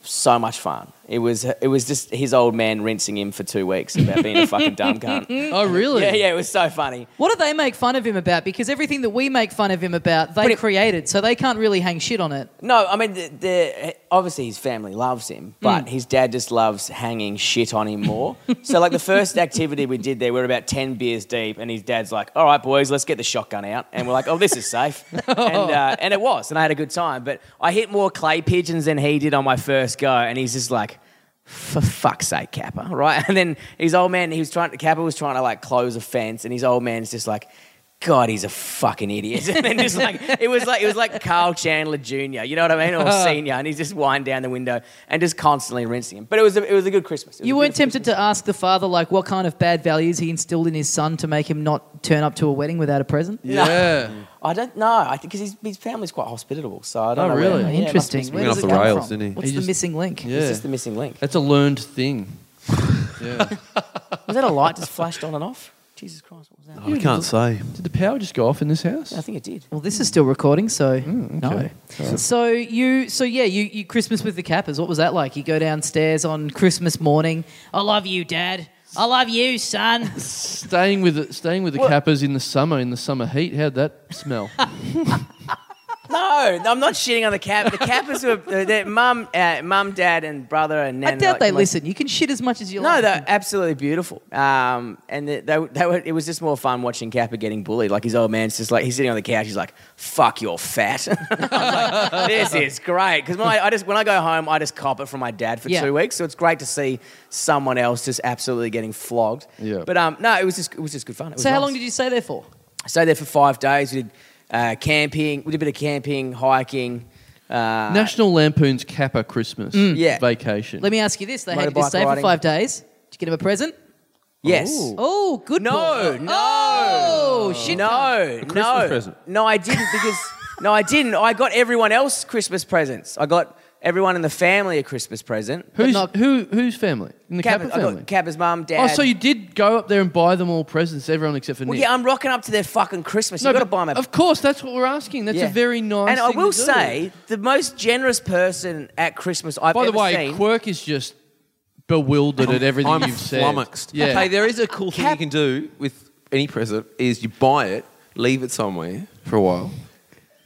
so much fun. It was, it was just his old man rinsing him for two weeks about being a fucking dumb cunt. Oh really? Yeah, yeah, it was so funny. What do they make fun of him about? Because everything that we make fun of him about, they Pretty- created, so they can't really hang shit on it. No, I mean, the, the, obviously his family loves him, but his dad just loves hanging shit on him more. so, like, the first activity we did there, we were about 10 beers deep, and his dad's like, all right, boys, let's get the shotgun out. And we're like, oh, this is safe. and, uh, and it was, and I had a good time. But I hit more clay pigeons than he did on my first go, and he's just like, for fuck's sake, Kappa, right? And then his old man, he was trying to, Kappa was trying to like close a fence, and his old man's just like, God, he's a fucking idiot. And then just like it was like it was like Carl Chandler Jr. You know what I mean, or senior, and he's just wind down the window and just constantly rinsing him. But it was a, it was a good Christmas. It was You a weren't beautiful tempted to ask the father, like, what kind of bad values he instilled in his son to make him not turn up to a wedding without a present? Yeah. Christmas. I don't know. I think because his, his family's quite hospitable, so I don't Oh, know. really? where- yeah, it must be Interesting. some- Where Went does off it the come rails, from? didn't he? What's He the just- missing link? Yeah. It's just the missing link. That's a learned thing. Yeah. Was that a light just flashed on and off? Jesus Christ, what was that? I can't say. Did the power just go off in this house? I think it did. Well, this is still recording, so Mm, no. So you, so yeah, you, you Christmas with the Cappers. What was that like? You go downstairs on Christmas morning. I love you, Dad. I love you, son. Staying with the, staying with the cappers in the summer in the summer heat. How'd that smell? No, no, I'm not shitting on the cap. The cappers were uh, their mum, uh, mum, dad, and brother and nan. I doubt like, they like- listen. You can shit as much as you No, like. they're absolutely beautiful. Um, and they, they, they were, it was just more fun watching Kappa getting bullied. Like his old man's just like he's sitting on the couch. He's like, "Fuck, you're fat." I was like, this is great because I, I just when I go home, I just cop it from my dad for Yeah. two weeks. So it's great to see someone else just absolutely getting flogged. Yeah. But um, no, it was just it was just good fun. It was So how nice. long did you stay there for? stay there for five days? We did uh, camping. We did a bit of camping, hiking. Uh, National Lampoon's Kappa Christmas Yeah. vacation. Let me ask you this: They had you to Motorbike stay for riding. five days. Did you get him a present? yes. Oh, good. No, boy. no. Oh, shit. No, Christmas no, present. no. I didn't because no, I didn't. I got everyone else Christmas presents. I got everyone in the family a Christmas present. Who's not- who? Whose family? In the Cap- Kappa I family. got Cabba's mum, oh, dad. so you did go up there and buy them all presents, everyone except for Well, Nick. yeah, I'm rocking up to their fucking Christmas. you got to but buy them. a Of course, that's what we're asking. That's yeah. a very nice. And I thing to will do. say, the most generous person at Christmas I've By the ever way, seen. Quirk is just bewildered at everything I'm you've said. flummoxed. Yeah. Hey, there is a cool thing you can do with any present is you buy it, leave it somewhere for a while.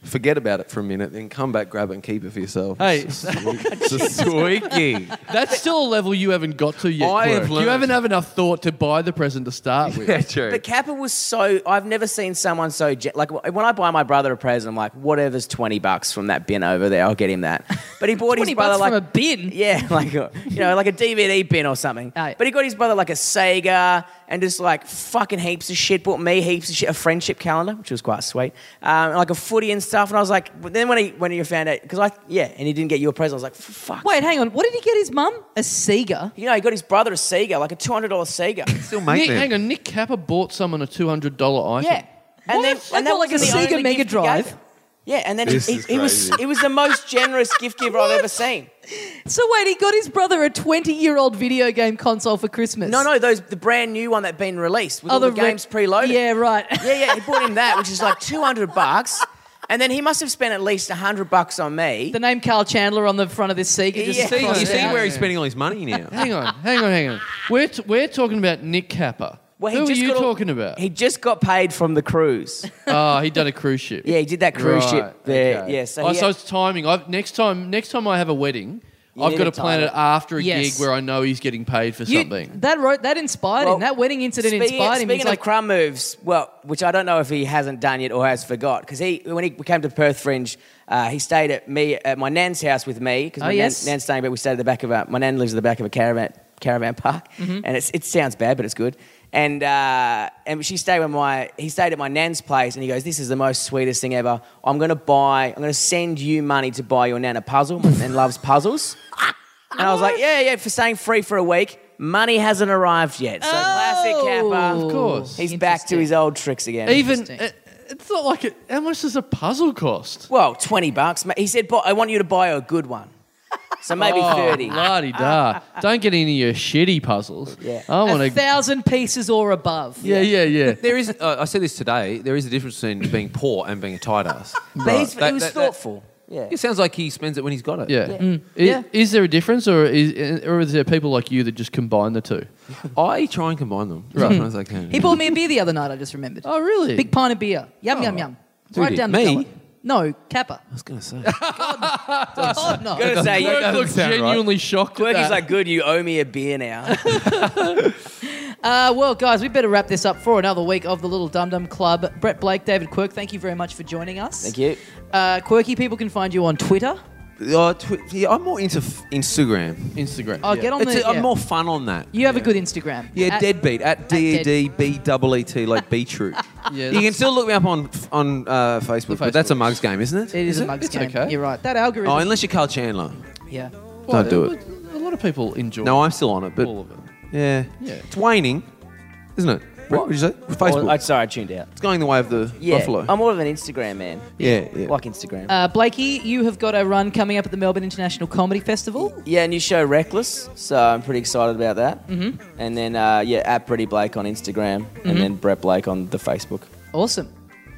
Forget about it for a minute, then come back, grab it, and keep it for yourself. Hey. it's a sweet- it's a sweetie. That's still a level you haven't got to yet. I have Quirk. learned. you haven't have enough thought to buy the present to start with. Yeah, true. But Kappa was so. I've never seen someone so. Ge- like when I buy my brother a present, I'm like, whatever's twenty bucks from that bin over there, I'll get him that. But he bought his 20 brother bucks like from a bin? Yeah, like a, you know, like a DVD bin or something. Oh, yeah. But he got his brother like a Sega and just like fucking heaps of shit. Bought me heaps of shit, a friendship calendar, which was quite sweet, um, and like a footy and stuff. And I was like, but then when he when he found out, because I yeah, and he didn't get you a present, I was like, fuck. Wait, hang on. What did he get his mum? A Seeger. You know, he got his brother a Sega, like a two hundred dollar Sega. still Nick, hang on, Nick Kappa bought someone a two hundred dollar item. Yeah. And What? then I and that got, like, was a the Sega only Mega gift he gave Drive. him. Yeah, and then he, This he, is he was crazy. it was the most generous gift giver I've ever seen. So wait, he got his brother a 20-year-old video game console for Christmas. No, no, those the brand new one that been released with all Other the games preloaded. Oh, Yeah, right. yeah, yeah. He bought him that, which is like two hundred bucks, and then he must have spent at least hundred bucks on me. The name Carl Chandler on the front of this Seeger just Yeah. See, crossed you see out. where he's spending all his money now. Hang on, hang on, hang on. We're t- we're talking about Nick Kappa. Well, he Who are just you got all- talking about? He just got paid from the cruise. oh, he done a cruise ship. Yeah, he did that cruise Right, ship there. okay. Yeah, so, oh, he- so it's timing. I've, next time, next time I have a wedding, I've need got to to plan time it it. after a Yes. gig where I know he's getting paid for You- something. that wrote that inspired Well, him. That wedding incident Speaking, inspired him. speaking He's of like, crumb moves, well, which I don't know if he hasn't done yet or has forgot, because he when he came to Perth Fringe, uh, he stayed at me at my nan's house with me because Oh, my nan- yes. nan's staying, but we stayed at the back of a, my nan lives at the back of a caravan caravan park, Mm-hmm. and it's, it sounds bad, but it's good. And uh, and she stayed with my he stayed at my nan's place, and he goes, "This is the most sweetest thing ever. I'm gonna buy, I'm gonna send you money to buy your nan a puzzle. My nan loves puzzles." And I was like, yeah, yeah, for staying free for a week. Money hasn't arrived yet. So classic Kappa. Of course. He's back to his old tricks again. Even Interesting. it, it's not like it. How much does a puzzle cost? well, 20 bucks. ma- He said, "Bu- I want you to buy a good one. So maybe Oh, 30. La di da. Don't get any of your shitty puzzles. Yeah. I Ah. a want to. thousand pieces or above. Yeah, yeah, yeah. There is. Uh, I said this today. There is a difference between being poor and being a tight ass. But he's, That- he was that- that- thoughtful. yeah. It sounds like he spends it when he's got it. Yeah. Mm. Mm. I- Is, there a difference, or is, or is there people like you that just combine the two? I try and combine them. Right. As I can. He bought me a beer the other night. I just remembered. Oh, really? Oh. Big pint of beer. Yum yum yum. Who right did? down the Me? gullet. No, Kappa. I was going to say. Oh, God, no. Gotta say, Quirk you- looks genuinely shocked. Quirk at is that. like, good, you owe me a beer now. Uh, well, guys, we better wrap this up for another week of the Little Dum Dum Club. Brett Blake, David Quirk, thank you very much for joining us. Thank you. Uh, quirky people can find you on Twitter. Uh, tw- yeah, I'm more into f- Instagram. Instagram. Oh, yeah. get on It's the. a, I'm yeah. more fun on that. you have a good Instagram. Yeah, At- deadbeat at D E dead- D B double E T like beetroot. Yeah, you can that's- still look me up on on uh, Facebook, but that's a Facebooks. mugs game, isn't it? It is, Is a it? mugs It's game. okay. You're right. That algorithm. Oh, unless you're Carl Chandler. yeah. Don't do it. A lot of people enjoy. No, I'm still on it, but all of it. yeah, Yeah. it's waning, isn't it? What did you say? Facebook. Oh, I- sorry, I tuned out. it's going the way of the Yeah, Um, buffalo. I'm more of an Instagram man. yeah, yeah. Like Instagram. Uh, Blakey, you have got a run coming up at the Melbourne International Comedy Festival. yeah, new show Reckless, so I'm pretty excited about that. Mm-hmm. And then uh, yeah, at Pretty Blake on Instagram, and then Brett Blake on the Facebook. Awesome.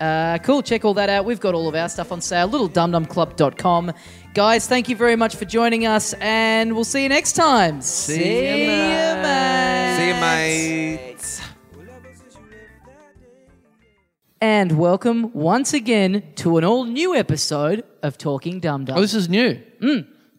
Uh, cool. Check all that out. We've got all of our stuff on sale. LittleDumDumClub.com. Guys, thank you very much for joining us, and we'll see you next time. See, you, mate. See you, mate. And welcome once again to an all new episode of Talking Dum Dum. Oh, this is new.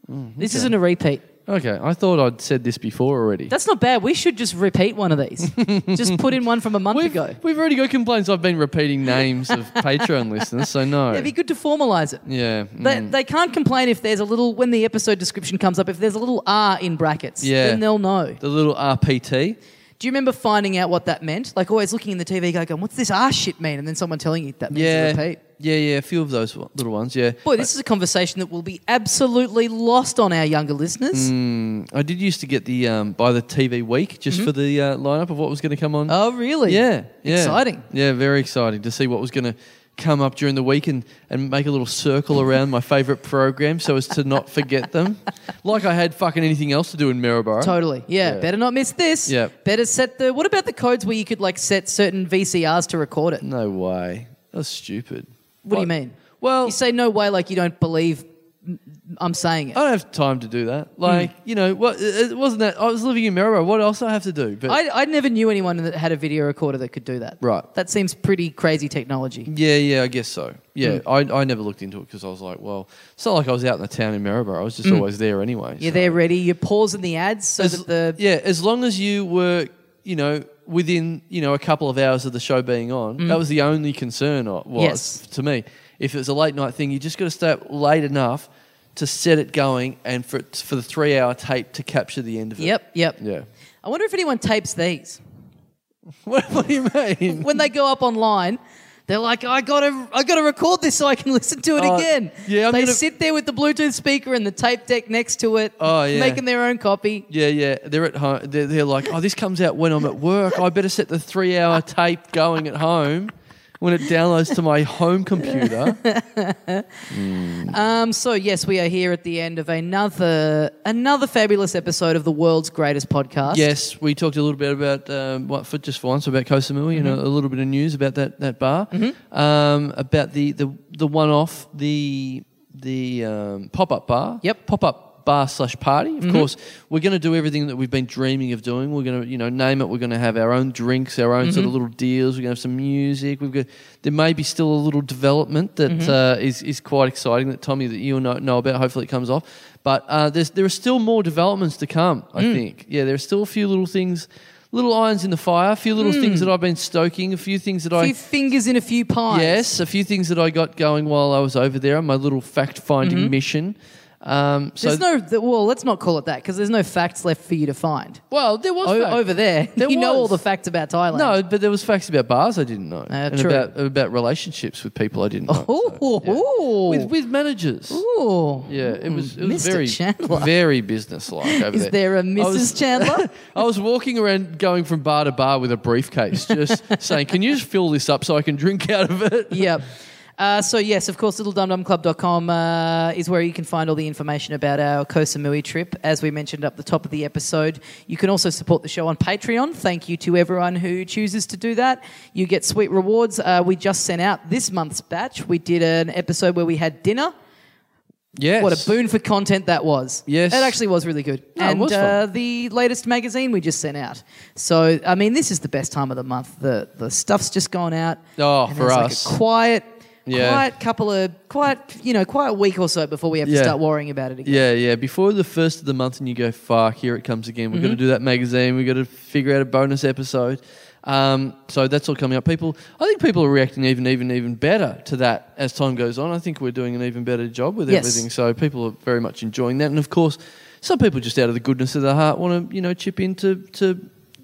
This isn't a repeat. Okay, I thought I'd said this before already. That's not bad. We should just repeat one of these. just put in one from a month we've, ago. we've already got complaints. I've been repeating names of Patreon listeners, so no. It'd be good to formalize it. yeah. mm. They, they can't complain if there's a little when the episode description comes up. If there's a little R in brackets, Yeah. then they'll know. the little RPT. Do you remember finding out what that meant? Like always looking in the TV, guy going, "What's this R shit mean?" And then someone telling you that means Yeah. a repeat. Yeah, yeah, a few of those one- little ones, yeah. Boy, this is a conversation that will be absolutely lost on our younger listeners. Hmm. Um, I did used to get the um, by the TV week just for the uh, lineup of what was going to come on. Mm-hmm. Oh, really? Yeah, yeah. Exciting. Yeah, very exciting to see what was going to come up during the week and, and make a little circle around my favourite program so as to not forget them. Like I had fucking anything else to do in Maryborough. Totally. Yeah. Yeah. Better not miss this. Yeah. Better set the. What about the codes where you could like set certain VCRs to record it? What, No way. That's stupid. do you mean? Well- you say no way, like you don't believe m- I'm saying it. I don't have time to do that. Like, Hmm. you know, what it it wasn't that I was living in Maryborough. What else do I have to do? But I, I never knew anyone that had a video recorder that could do that. Right. That seems pretty crazy technology. yeah, yeah, I guess so. Yeah, Hmm. I, I never looked into it because I was like, well, it's not like I was out in the town in Maryborough. I was just always there anyway. Hmm. You're so. there ready. You're pausing the ads so As- that the yeah, as long as you were, you know, within you know a couple of hours of the show being on, that was the only concern I- was Hmm. Yes. to me. If it was a late night thing, you just got to stay up late enough to set it going and for it, for the three hour tape to capture the end of it. Yep, yep. Yeah. I wonder if anyone tapes these. What, what do you mean? When they go up online, they're like, I gotta I gotta record this so I can listen to it Oh, again. yeah, I'm they gonna- sit there with the Bluetooth speaker and the tape deck next to it, Oh, yeah. making their own copy. Yeah, yeah. They're at home. They're, they're like, oh, this comes out when I'm at work. I better set the three hour tape going at home when it downloads to my home computer. Um, so yes, we are here at the end of another another fabulous episode of the world's greatest podcast. Yes, we talked a little bit about um, what for just for once about Kosamui and Mm-hmm. a, a little bit of news about that that bar, um, about the the the one off the the um, pop up bar. Yep. Mm-hmm. pop up bar slash party. Of course, we're going to do everything that we've been dreaming of doing. We're going to you know name it. We're going to have our own drinks, our own sort Mm-hmm. of little deals. We're going to have some music. We've got there may be still a little development that Mm-hmm. uh, is is quite exciting that Tommy that you'll know, know about. Hopefully, it comes off. But uh, there's, there are still more developments to come, I Hmm. think. Yeah, there are still a few little things, little irons in the fire, a few little things that I've been stoking, a few things that Hmm. A I. few fingers in a few pies. Yes, a few things that I got going while I was over there on my little fact finding mission. Um, so Mm-hmm. There's no th- well, let's not call it that because there's no facts left for you to find. well, there was O- fact. over there, There you know was. all the facts about Thailand. No, but there was facts about bars I didn't know, and true. about about relationships with people I didn't know. so, Oh, yeah. ooh. with with managers. Ooh. Yeah, it was it was Mr. very Chandler. very business like over Is there a I was- Mrs. Chandler? I was walking around going from bar to bar with a briefcase, just saying, Can you just fill this up so I can drink out of it? yep. Uh, so yes, of course, littledumdumclub.com uh, is where you can find all the information about our Koh Samui trip, as we mentioned up the top of the episode. You can also support the show on Patreon. Thank you to everyone who chooses to do that. You get sweet rewards. Uh, we just sent out this month's batch. We did an episode where we had dinner. Yes. What a boon for content that was. Yes. It actually was really good. No, it and was fun. Uh, the latest magazine we just sent out. So, I mean, this is the best time of the month. The the stuff's just gone out. Oh, and for there's us. Like a quiet, Yeah. quiet couple of, quiet, you know, quiet week or so before we have to Yeah. start worrying about it again. Yeah, yeah. Before the first of Mm-hmm. the month, and you go, fuck, here it comes again. We've got to do that magazine. We've got to figure out a bonus episode. Um, so that's all coming up. People, I think people are reacting even, even, even better to that as time goes on. I think we're doing an even better job with Yes. everything. So people are very much enjoying that. And of course, some people just out of the goodness of their heart want to, you know, chip in to, to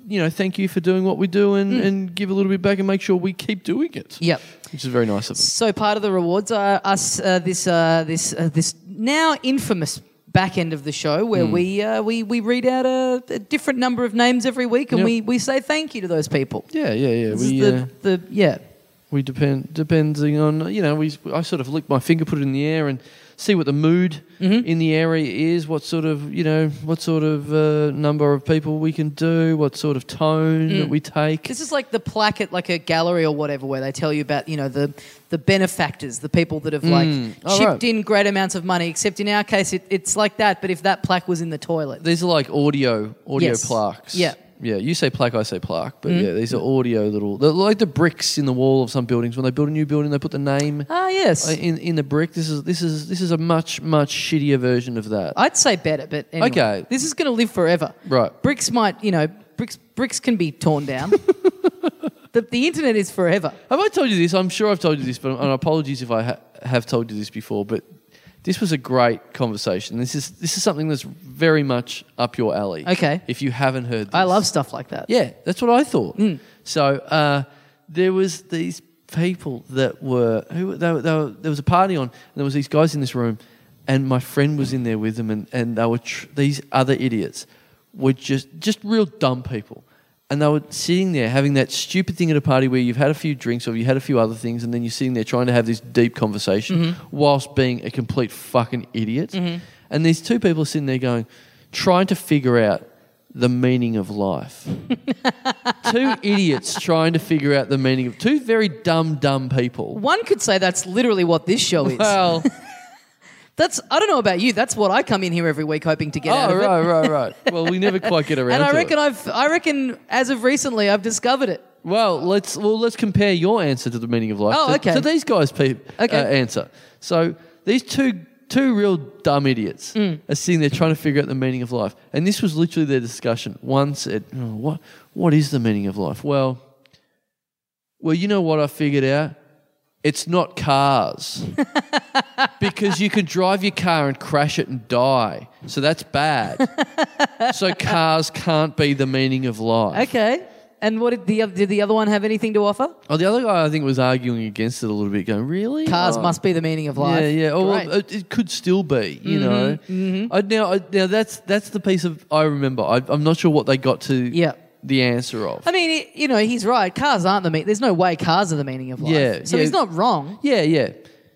you know, thank you for doing what we do and, Mm. and give a little bit back and make sure we keep doing it. Yep. Which is very nice of them. So part of the rewards are us uh, this uh, this uh, this now infamous back end of the show where Hmm. we, uh, we we read out a, a different number of names every week and Yep. we, we say thank you to those people. Yeah, yeah, yeah. This we, is the, uh, the yeah. We depend depending on you know we I sort of lick my finger, put it in the air, and see what the mood Mm-hmm. in the area is. What sort of you know what sort of uh, number of people we can do. What sort of tone that we take. This Mm. is like the plaque at like a gallery or whatever where they tell you about, you know, the the benefactors, the people that have like Oh, chipped right. in great amounts of money, except in our case it, it's like that, but if that plaque was in the toilet. These are like audio audio Yes. plaques. Yeah. Mm-hmm. Yeah, you say plaque, I say plaque, but yeah, these are audio little. They're like the bricks in the wall of some buildings. When they build a new building, they put the name ah yes. uh, in in the brick. This is this is this is a much much shittier version of that. I'd say better, but anyway, Okay. this is going to live forever. Right. Bricks might, you know, bricks bricks can be torn down. the, the internet is forever. Have I told you this? I'm sure I've told you this, but and apologies if I ha- have told you this before. But this was a great conversation. This is this is something that's very much up your alley. Okay. If you haven't heard, this. I love stuff like that. Yeah, that's what I thought. So uh, there was these people that were who were- they were, they were, there was a party on, and there was these guys in this room, and my friend was in there with them, and and they were tr- these other idiots were just just real dumb people. And they were sitting there having that stupid thing at a party where you've had a few drinks or you had a few other things, and then you're sitting there trying to have this deep conversation whilst being a complete fucking idiot. And these two people are sitting there going, trying to figure out the meaning of life two idiots trying to figure out the meaning of two very dumb, dumb people. One could say that's literally what this show is. Well, That's I don't know about you. That's what I come in here every week hoping to get out oh of it. right, right, right. Well, we never quite get around And I to reckon it. I've I reckon as of recently I've discovered it. Well, let's well let's compare your answer to the meaning of life. Oh, to, okay. To these guys' pe- Okay. uh, answer. So these two two real dumb idiots Mm. are sitting there trying to figure out the meaning of life, and this was literally their discussion. One said, oh, "What what is the meaning of life?" Well, well, you know what I figured out. It's not cars. because you can drive your car and crash it and die. So that's bad. so cars can't be the meaning of life. Okay. And what did the oth- did the other one have anything to offer? Oh, the other guy I think was arguing against it a little bit, going, "Really? Cars Oh, must be the meaning of life. Yeah, yeah. Oh, well, Great. Mm-hmm, it, it could still be, you know. I, now, I, now that's that's the piece of I remember. I, I'm not sure what they got to. Yeah. The answer of. I mean, it- you know, he's right. Cars aren't the mean. There's no way cars are the meaning of life. Yeah, so yeah. he's not wrong. yeah, yeah.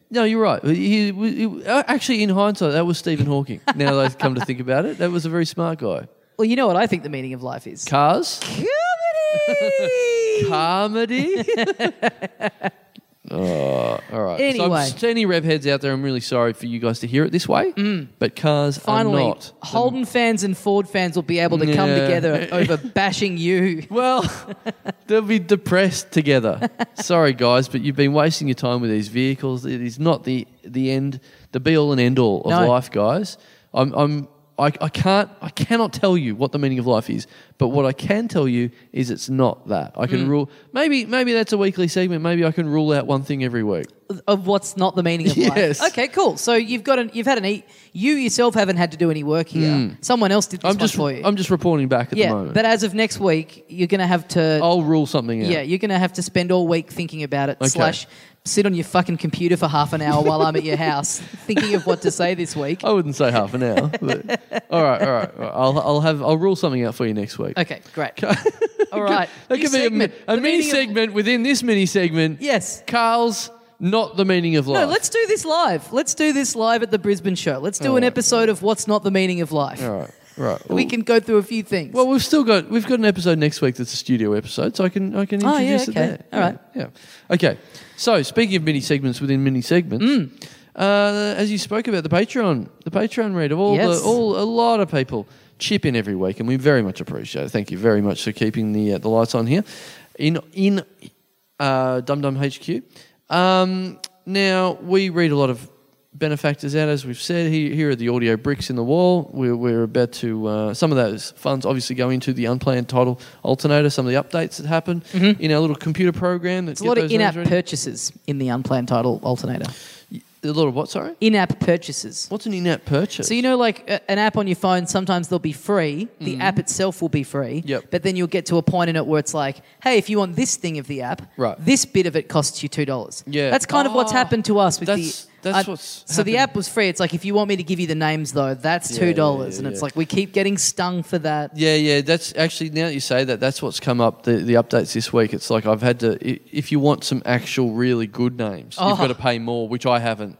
No, you're right. He, he- he- actually, in hindsight, that was Stephen Hawking. now that I come to think about it, that was a very smart guy. Well, you know what I think the meaning of life is. Cars, Comedy. comedy. Oh, all right. so, Anyway. I'm- to any rev heads out there, I'm really sorry for you guys to hear it this way, but cars Mm. Finally, are not. Holden fans and Ford fans will be able to come Yeah. together over bashing you. Well, they'll be depressed together. Sorry, guys, but you've been wasting your time with these vehicles. It is not the the end, the be all and end all of No. life, guys. I'm, I'm I, I can't I cannot tell you what the meaning of life is, but what I can tell you is it's not that. I Mm. can rule maybe maybe that's a weekly segment. Maybe I can rule out one thing every week. of what's not the meaning of Yes. life. Okay, cool. So you've got an, you've had an eat. You yourself haven't had to do any work here. Someone else did this Hmm. I'm one just for you. I'm just reporting back at the yeah, moment. Oh, but as of next week, you're going to have to. I'll rule something out. yeah. you're going to have to spend all week thinking about it. Slash, sit on your fucking computer for half an hour while I'm at your house thinking of what to say this week. I wouldn't say half an hour. But, all right, all right. all right. I'll I'll have I'll rule something out for you next week. Okay, great. all right, That New could be a mi- segment. a, The mini meaning of- segment within this mini segment. Yes. Carl's not the meaning of life. No, let's do this live. Let's do this live at the Brisbane show. Let's do an episode of what's not the meaning of life. All right, right. We can go through a few things. Well, we've still got we've got an episode next week that's a studio episode, so I can I can Oh, yeah, introduce okay. it there. All right. Yeah. yeah. Okay. So speaking of mini segments within mini segments, Mm. uh, as you spoke about the Patreon, the Patreon read of all Yes. the all a lot of people chip in every week, and we very much appreciate it. Thank you very much for keeping the uh, the lights on here in in uh, Dum Dum HQ. Um, now we read a lot of benefactors out, as we've said. Here, here are the audio bricks in the wall. We're, we're about to, uh, some of those funds obviously go into the unplanned title alternator, some of the updates that happen in our little computer program. Mm-hmm. That It's a lot of in app purchases. purchases in the unplanned title alternator. A lot of what, sorry? In app purchases. What's an in app purchase? So you know, like a- an app on your phone, sometimes they'll be free. The app itself will be free. Mm-hmm. Yep. But then you'll get to a point in it where it's like, hey, if you want this thing of the app, Right. this bit of it costs you two dollars. Yeah. That's kind of what's Oh, happened to us with that's- the. that's what's so the happened. app was free. It's like if you want me to give you the names though, that's Yeah, two dollars, yeah, and it's yeah. like we keep getting stung for that. Yeah, yeah. That's actually now that you say that, that's what's come up. The, the updates this week. It's like I've had to. i- If you want some actual really good names, you've Oh. got to pay more, which I haven't.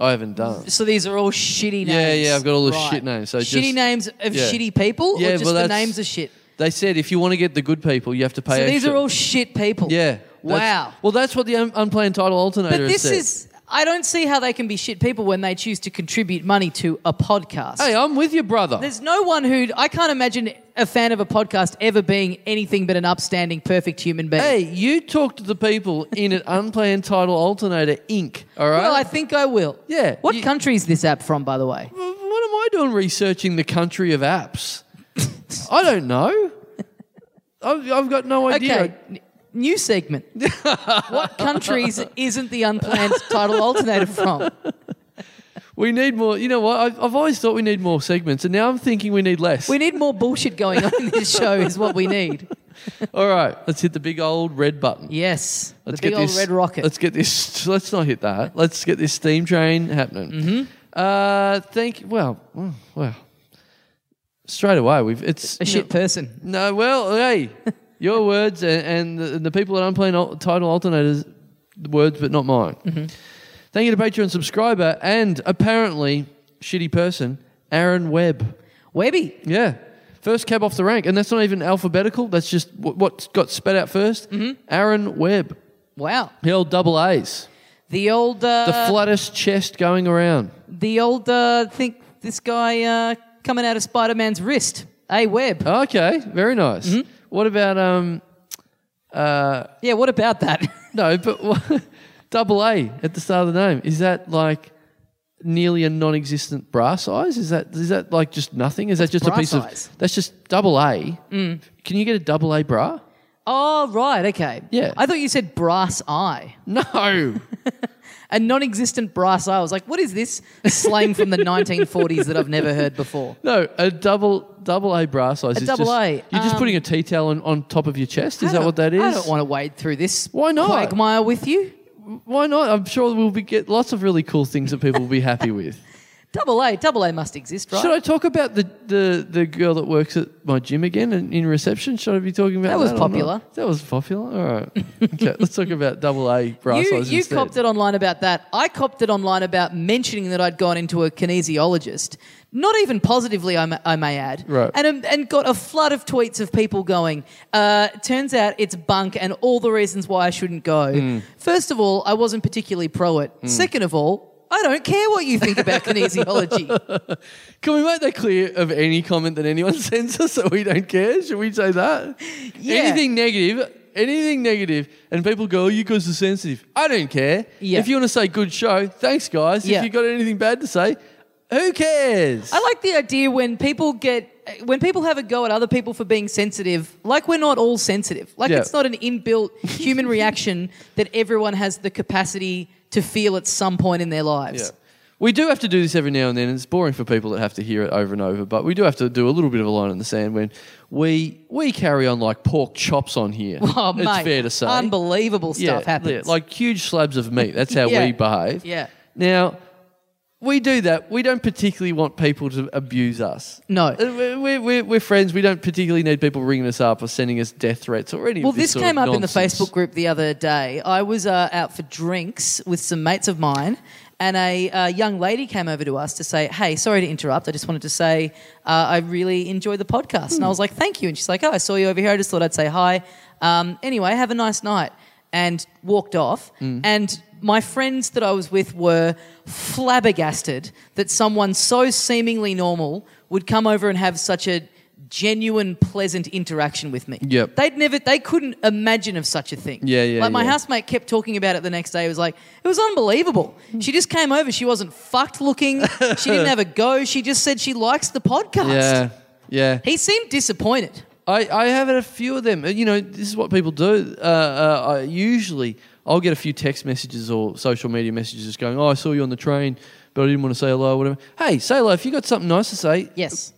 I haven't done. So these are all shitty names. Yeah, yeah, I've got all the Right. shit names, so shitty just- names of yeah. shitty people, Yeah, or just well, the that's- names of shit. They said if you want to get the good people, you have to pay. So these extra. are all shit people. Yeah. that's- Wow. Well, that's what the un- unplanned title alternator. But this said. is. I don't see how they can be shit people when they choose to contribute money to a podcast. Hey, I'm with you, brother. There's no one who. I can't imagine a fan of a podcast ever being anything but an upstanding, perfect human being. Hey, you talk to the people in an unplanned title alternator Inc. All right. Well, I think I will. Yeah, What you- country is this app from, by the way? What am I doing researching the country of apps? I don't know. I've, I've got no idea. Okay. n- New segment. what countries isn't the unplanned title alternator from? We need more. You know what? I've, I've always thought we need more segments, and now I'm thinking we need less. We need more bullshit going on in this show, is what we need. All right, let's hit the big old red button. Yes. Let's the big get old this, red rocket. Let's get this. Let's not hit that. Let's get this steam train happening. Mm-hmm. Uh, thank. Well, well, well. Straight away, we've it's a you shit know- person. No, well, hey, your words and, and, the, and the people that I'm playing al- title alternators, the words, but not mine. Mm-hmm. Thank you to Patreon subscriber and apparently shitty person, Aaron Webb. Webby. Yeah. First cab off the rank. And that's not even alphabetical. That's just what, what got spat out 1st Aaron Webb. Wow. He held double A's. The old uh, The flattest chest going around. the old uh, think this guy uh, coming out of Spider Man's wrist. A web. Okay. Very nice. What about, um, Yeah, what about that? no, but what, double A at the start of the name. Is that like nearly a non existent bra size? Is that, is that like just nothing? Is that just a bra piece size? of, that's just double A. Can you get a double A bra? oh right, okay. Yeah. I thought you said brass eye. No. A non existent brass eye. I was like, what is this slang from the nineteen forties that I've never heard before? No, a double double A bra size. is double just, A, You're just um, putting a tea towel on, on top of your chest. Is I that don't- what that is? I don't want to wade through this Why not? quagmire with you. Why not? I'm sure we'll be get lots of really cool things that people will be happy with. Double A, double A must exist, right? Should I talk about the, the, the girl that works at my gym again in, in reception? Should I be talking about That that? was or not? popular. That was popular. All right. Okay, let's talk about double A bra you, size you instead. copped it online about that. I copped it online about mentioning that I'd gone into a kinesiologist, not even positively, I may, I may add, Right. and um, and got a flood of tweets of people going. Uh, turns out it's bunk, and all the reasons why I shouldn't go. Hmm. First of all, I wasn't particularly pro it. Second of all. I don't care what you think about kinesiology. Can we make that clear of any comment that anyone sends us so we don't care? Should we say that? Yeah. Anything negative, anything negative, and people go, oh, you guys are sensitive. I don't care. Yeah. If you want to say good show, thanks, guys. Yeah. If you got anything bad to say, who cares? I like the idea when people get when people have a go at other people for being sensitive, like we're not all sensitive. Like Yeah. it's not an inbuilt human reaction that everyone has the capacity to feel at some point in their lives. Yeah. We do have to do this every now and then. and It's boring for people that have to hear it over and over, but we do have to do a little bit of a line in the sand when we we carry on like pork chops on here. Oh, it's mate, fair to say. unbelievable stuff happens. like huge slabs of meat. That's how Yeah. we behave. Yeah. Now, we do that. We don't particularly want people to abuse us. No. Uh, We're, we're- we're, we're friends. We don't particularly need people ringing us up or sending us death threats or any Well, of this this, sort of came up in the nonsense. Facebook group the other day. I was uh, out for drinks with some mates of mine, and a uh, young lady came over to us to say, "Hey, sorry to interrupt. I just wanted to say uh, I really enjoy the podcast." Hmm. And I was like, "Thank you." And she's like, "Oh, I saw you over here. I just thought I'd say hi. Um, anyway, have a nice night." And walked off. Hmm. And my friends that I was with were flabbergasted that someone so seemingly normal would come over and have such a genuine, pleasant interaction with me. Yep. They'd never, they couldn't imagine of such a thing. Yeah, yeah, Like my yeah. housemate kept talking about it the next day. It was like, it was unbelievable. She just came over. She wasn't fucked looking. she didn't have a go. She just said she likes the podcast. Yeah, yeah. He seemed disappointed. I, I have had a few of them. Uh, You know, this is what people do. Uh, uh, I usually, I'll get a few text messages or social media messages just going, "Oh, I saw you on the train, but I didn't want to say hello, or whatever." Hey, say hello if you got something nice to say. Yes.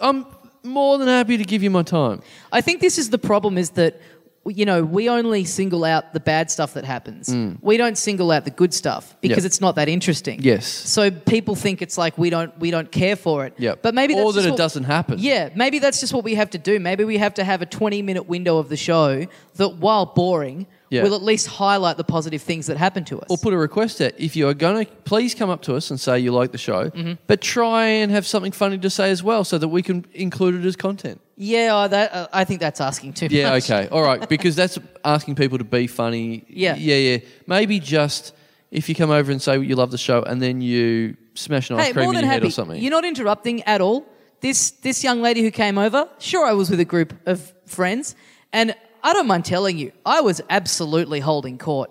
I'm more than happy to give you my time. I think this is the problem is that you know we only single out the bad stuff that happens. We don't single out the good stuff because Mm. Yep. it's not that interesting. Yes. So people think it's like we don't we don't care for it. Yep. But maybe that's or that just it what- doesn't happen. Yeah, maybe that's just what we have to do. Maybe we have to have a 20 minute window of the show that while boring Yeah. will at least highlight the positive things that happen to us. Or put a request out. If you are going to, please come up to us and say you like the show, Mm-hmm. but try and have something funny to say as well so that we can include it as content. yeah, I- that, uh, I think that's asking too Yeah, much. okay. All right, because that's asking people to be funny. Yeah. Yeah, yeah. Maybe just if you come over and say you love the show and then you smash an ice Hey, cream more in your than head happy. or something. You're not interrupting at all. This this young lady who came over, sure, I was with a group of friends, and I don't mind telling you, I was absolutely holding court.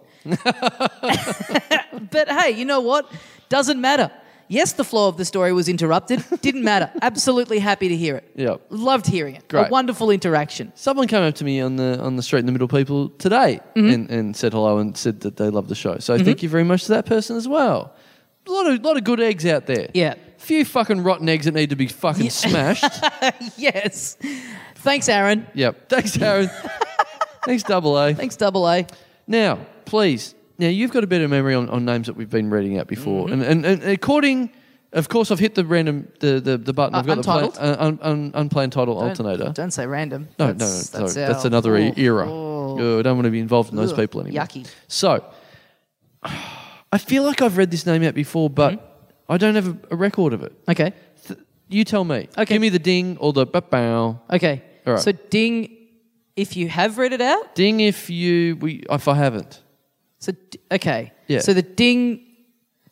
but hey, you know what? Doesn't matter. Yes, the flow of the story was interrupted. Didn't matter. absolutely happy to hear it. Yep. Loved hearing it. Great. A wonderful interaction. Someone came up to me on the on the street in the middle people today Mm-hmm. and, and said hello and said that they love the show. So thank you very much to that person as well. A lot of lot of good eggs out there. Yeah. Few fucking rotten eggs that need to be fucking smashed. Yes. Thanks, Aaron. yep. Thanks, Aaron. Thanks, Double A. Thanks, Double A. Now, please. Now you've got a better memory on, on names that we've been reading out before, Mm-hmm. and, and, and according, of course, I've hit the random the the, the button. Uh, I've got untitled? the plan, uh, un, un, unplanned title alternator. Don't say random. no, no, That's- no, sorry, our- that's another e Oh, era. oh. Oh, I don't want to be involved in those Ugh, people anymore. yucky. So, I feel like I've read this name out before, but Hmm? I don't have a, a record of it. Okay. Th- you tell me. Okay. Give me the ding or the bow. Okay. All right. So ding if you have read it out. Ding if you we if I haven't. So d- okay. Yeah. So the ding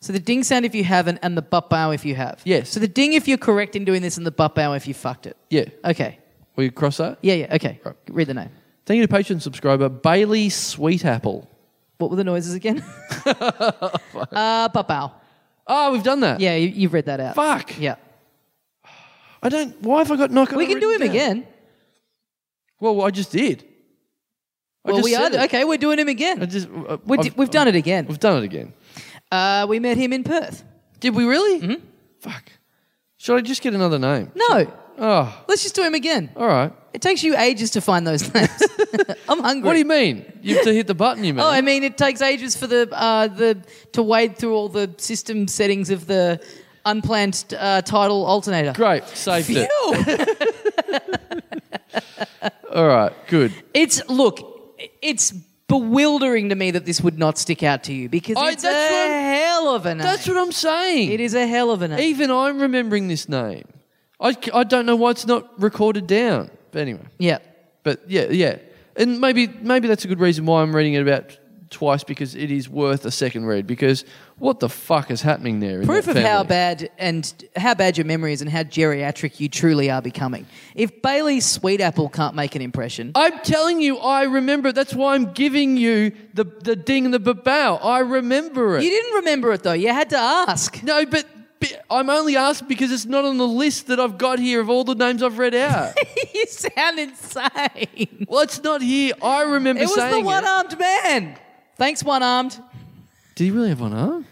so the ding sound if you haven't and the butt bow if you have. Yes. So the ding if you're correct in doing this and the butt bow if you fucked it. Yeah. Okay. Will you cross that? Yeah, yeah, okay. Right. Read the name. Thank you to Patreon subscriber Bailey Sweetapple. What were the noises again? uh butt bow. Oh, we've done that. Yeah, you, you've read that out. Fuck. Yeah. I don't. Why have I got knocked? We can do him again. Well, I just did. I well, just we are. said it. Okay, we're doing him I again. just. I- We I've- d- we've done it again. We've done it again. Uh, we met him in Perth. Did we really? Mm-hmm. Fuck. Should I just get another name? No, Oh, let's just do him again. all right. It takes you ages to find those names. I'm hungry. What do you mean? You have to hit the button, you mean? Oh, I mean, it takes ages for the uh, the to wade through all the system settings of the unplanned uh, title alternator. Great. Saved it. Phew. All right. Good. it's look, it's bewildering to me that this would not stick out to you because I- it's a that's what I'm- hell of a name. That's what I'm saying. it is a hell of a name. Even I'm remembering this name. I, I don't know why it's not recorded down. But anyway. yeah. But yeah, yeah, and maybe maybe that's a good reason why I'm reading it about twice because it is worth a second read. Because what the fuck is happening there? in Proof that of how family? bad and how bad your memory is and how geriatric you truly are becoming. If Bailey Sweetapple can't make an impression, I'm telling you, I remember. it. That's why I'm giving you the the ding and the bow. I remember it. you didn't remember it though. You had to ask. no, but, but I'm only asked because it's not on the list that I've got here of all the names I've read out. you sound insane. well, it's not here. I remember It was the saying one armed man. Thanks, one armed. Did he really have one arm?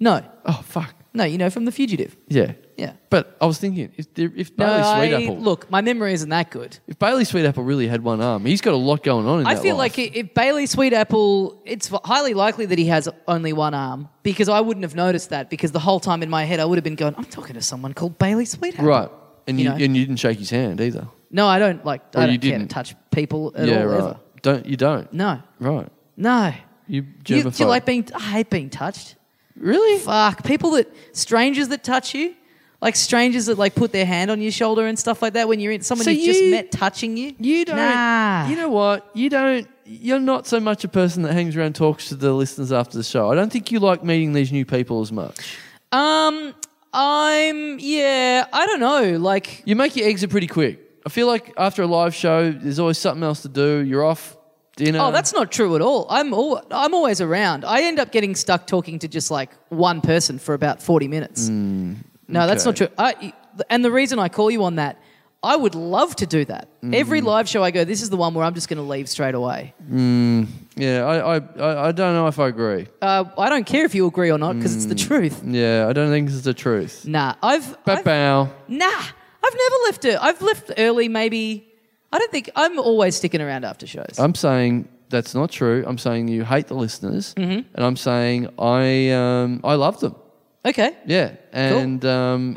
No, Oh fuck. no, you know from The Fugitive. Yeah. Yeah. But I was thinking, if, there- if Bailey I- Sweetapple, Look, my memory isn't that good. If Bailey Sweetapple really had one arm, he's got a lot going on in I that feel life. like i- if Bailey Sweetapple, it's highly likely that he has only one arm because I wouldn't have noticed that because the whole time in my head I would have been going, I'm talking to someone called Bailey Sweetapple. right, and You you, know. and you didn't shake his hand either. No, I don't like. Or I don't Oh, you care to didn't. touch people at yeah, all right. ever. Don't you don't? No, Right. no. You You, germaphobe. do you like being? I hate being touched. really? Fuck people that strangers that touch you, like strangers that like put their hand on your shoulder and stuff like that when you're in someone So you've just you- met touching you. You don't. Nah. You know what? You don't. You're not so much a person that hangs around and talks to the listeners after the show. I don't think you like meeting these new people as much. Um, I'm yeah. I don't know. Like You make your exit pretty quick. I feel like after a live show, there's always something else to do. You're off dinner. Oh, that's not true at all. I'm all, I'm always around. I end up getting stuck talking to just like one person for about 40 minutes. Mm, no, that's not true. I, and the reason I call you on that, I would love to do that. Mm. Every live show I go, this is the one where I'm just going to leave straight away. yeah. I, I I I don't know if I agree. Uh, I don't care if you agree or not because it's the truth. Yeah, I don't think this is the truth. Nah, I've, Mm. But I've bow. nah, I've never left it. I've left early maybe. I don't think I'm always sticking around after shows. I'm saying that's not true. I'm saying you hate the listeners, Mm-hmm. and I'm saying I um, I love them. okay. Yeah, and um,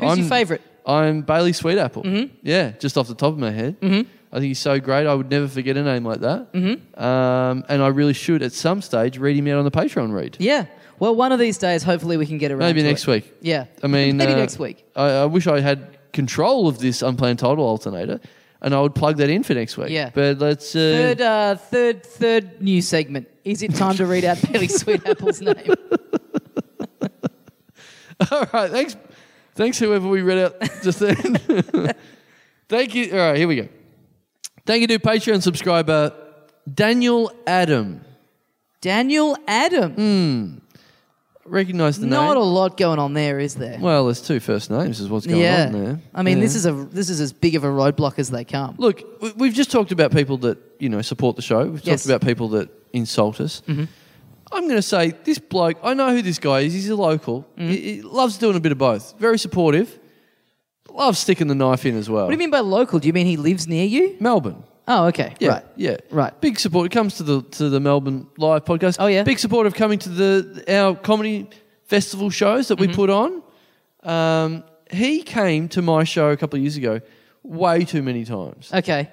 Who's your Mm-hmm. I'm, favourite? I'm Bailey Sweetapple. Yeah, just off the top of my head. Mm-hmm. I think he's so great. I would never forget a name like that. Mm-hmm. Um, and I really should at some stage read him out on the Patreon read. Yeah. Well, one of these days, hopefully, we can get around. Maybe to next it. week. Yeah. I mean, maybe uh, next week. I, I wish I had control of this unplanned title alternator, and I would plug that in for next week. Yeah. but let's. Uh, Third, uh, third, third new segment. Is it time to read out Bailey Sweetapple's name? All right, thanks, thanks whoever we read out just then. Thank you. All right, here we go. Thank you to Patreon subscriber Daniel Adam. Daniel Adam. Recognise the Not Hmm. name? a lot going on there, is there? well, there's two first names. Is what's going yeah. on there. I mean, Yeah. this is a this is as big of a roadblock as they come. Look, we- we've just talked about people that you know support the show. We've Yes. Mm-hmm. talked about people that insult us. I'm going to say this bloke. I know who this guy is. He's a local. Mm-hmm. He, he loves doing a bit of both. Very supportive. Loves sticking the knife in as well. What do you mean by local? Do you mean he lives near you? Melbourne. Oh, okay. Yeah, Right. Yeah. Right. Big support. It comes to the to the Melbourne live podcast. Oh, yeah. Big support of coming to the our comedy festival shows that Mm-hmm. we put on. Um, he came to my show a couple of years ago, way too many times. Okay.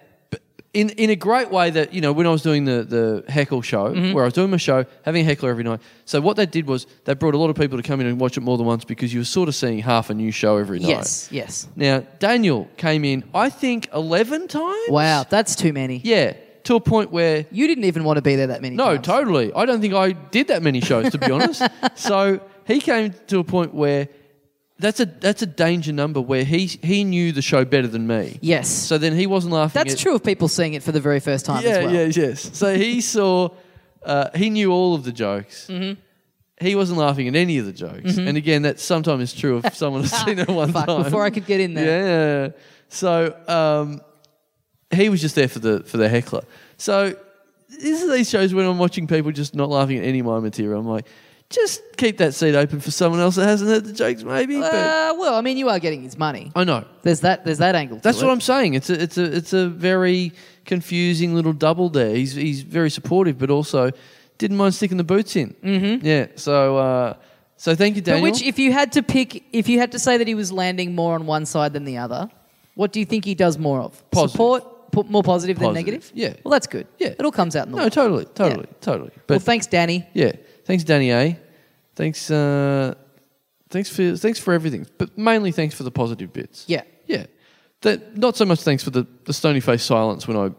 In in a great way that you know when I was doing the the heckle show Mm-hmm. where I was doing my show having a heckler every night. So what they did was they brought a lot of people to come in and watch it more than once because you were sort of seeing half a new show every night. Yes. Yes. Now Daniel came in I think eleven times. Wow, that's too many. Yeah. To a point where You didn't even want to be there that many. no, times. totally. I don't think I did that many shows to be honest. So he came to a point where that's a that's a danger number where he he knew the show better than me. Yes. So then he wasn't laughing. That's at- true of people seeing it for the very first time Yeah, as well. yeah, yes. So he saw uh, he knew all of the jokes. Mm-hmm. He wasn't laughing at any of the jokes. And again, that sometimes is true if someone has seen it one Fuck, time. before I could get in there. Yeah. So um, he was just there for the for the heckler. So these are these shows when I'm watching people just not laughing at any of my material. I'm like, just keep that seat open for someone else that hasn't heard the jokes, maybe. but Uh, well, I mean, you are getting his money. I know. There's that. There's that angle. to That's it. what I'm saying. It's a it's a it's a very confusing little double there. He's he's very supportive, but also didn't mind sticking the boots in. Mm-hmm. Yeah. So uh, so thank you, But Daniel. which, if you had to pick, if you had to say that he was landing more on one side than the other, what do you think he does more of? Positive. Support, put more positive, than Positive, negative. yeah. Well, that's good. Yeah. It all comes out in the. no, wash. totally, totally, totally. But well, thanks, Danny. yeah, thanks, Danny A. Thanks, uh, thanks for thanks for everything, but mainly thanks for the positive bits. Yeah. yeah. That not so much thanks for the the stony face silence when I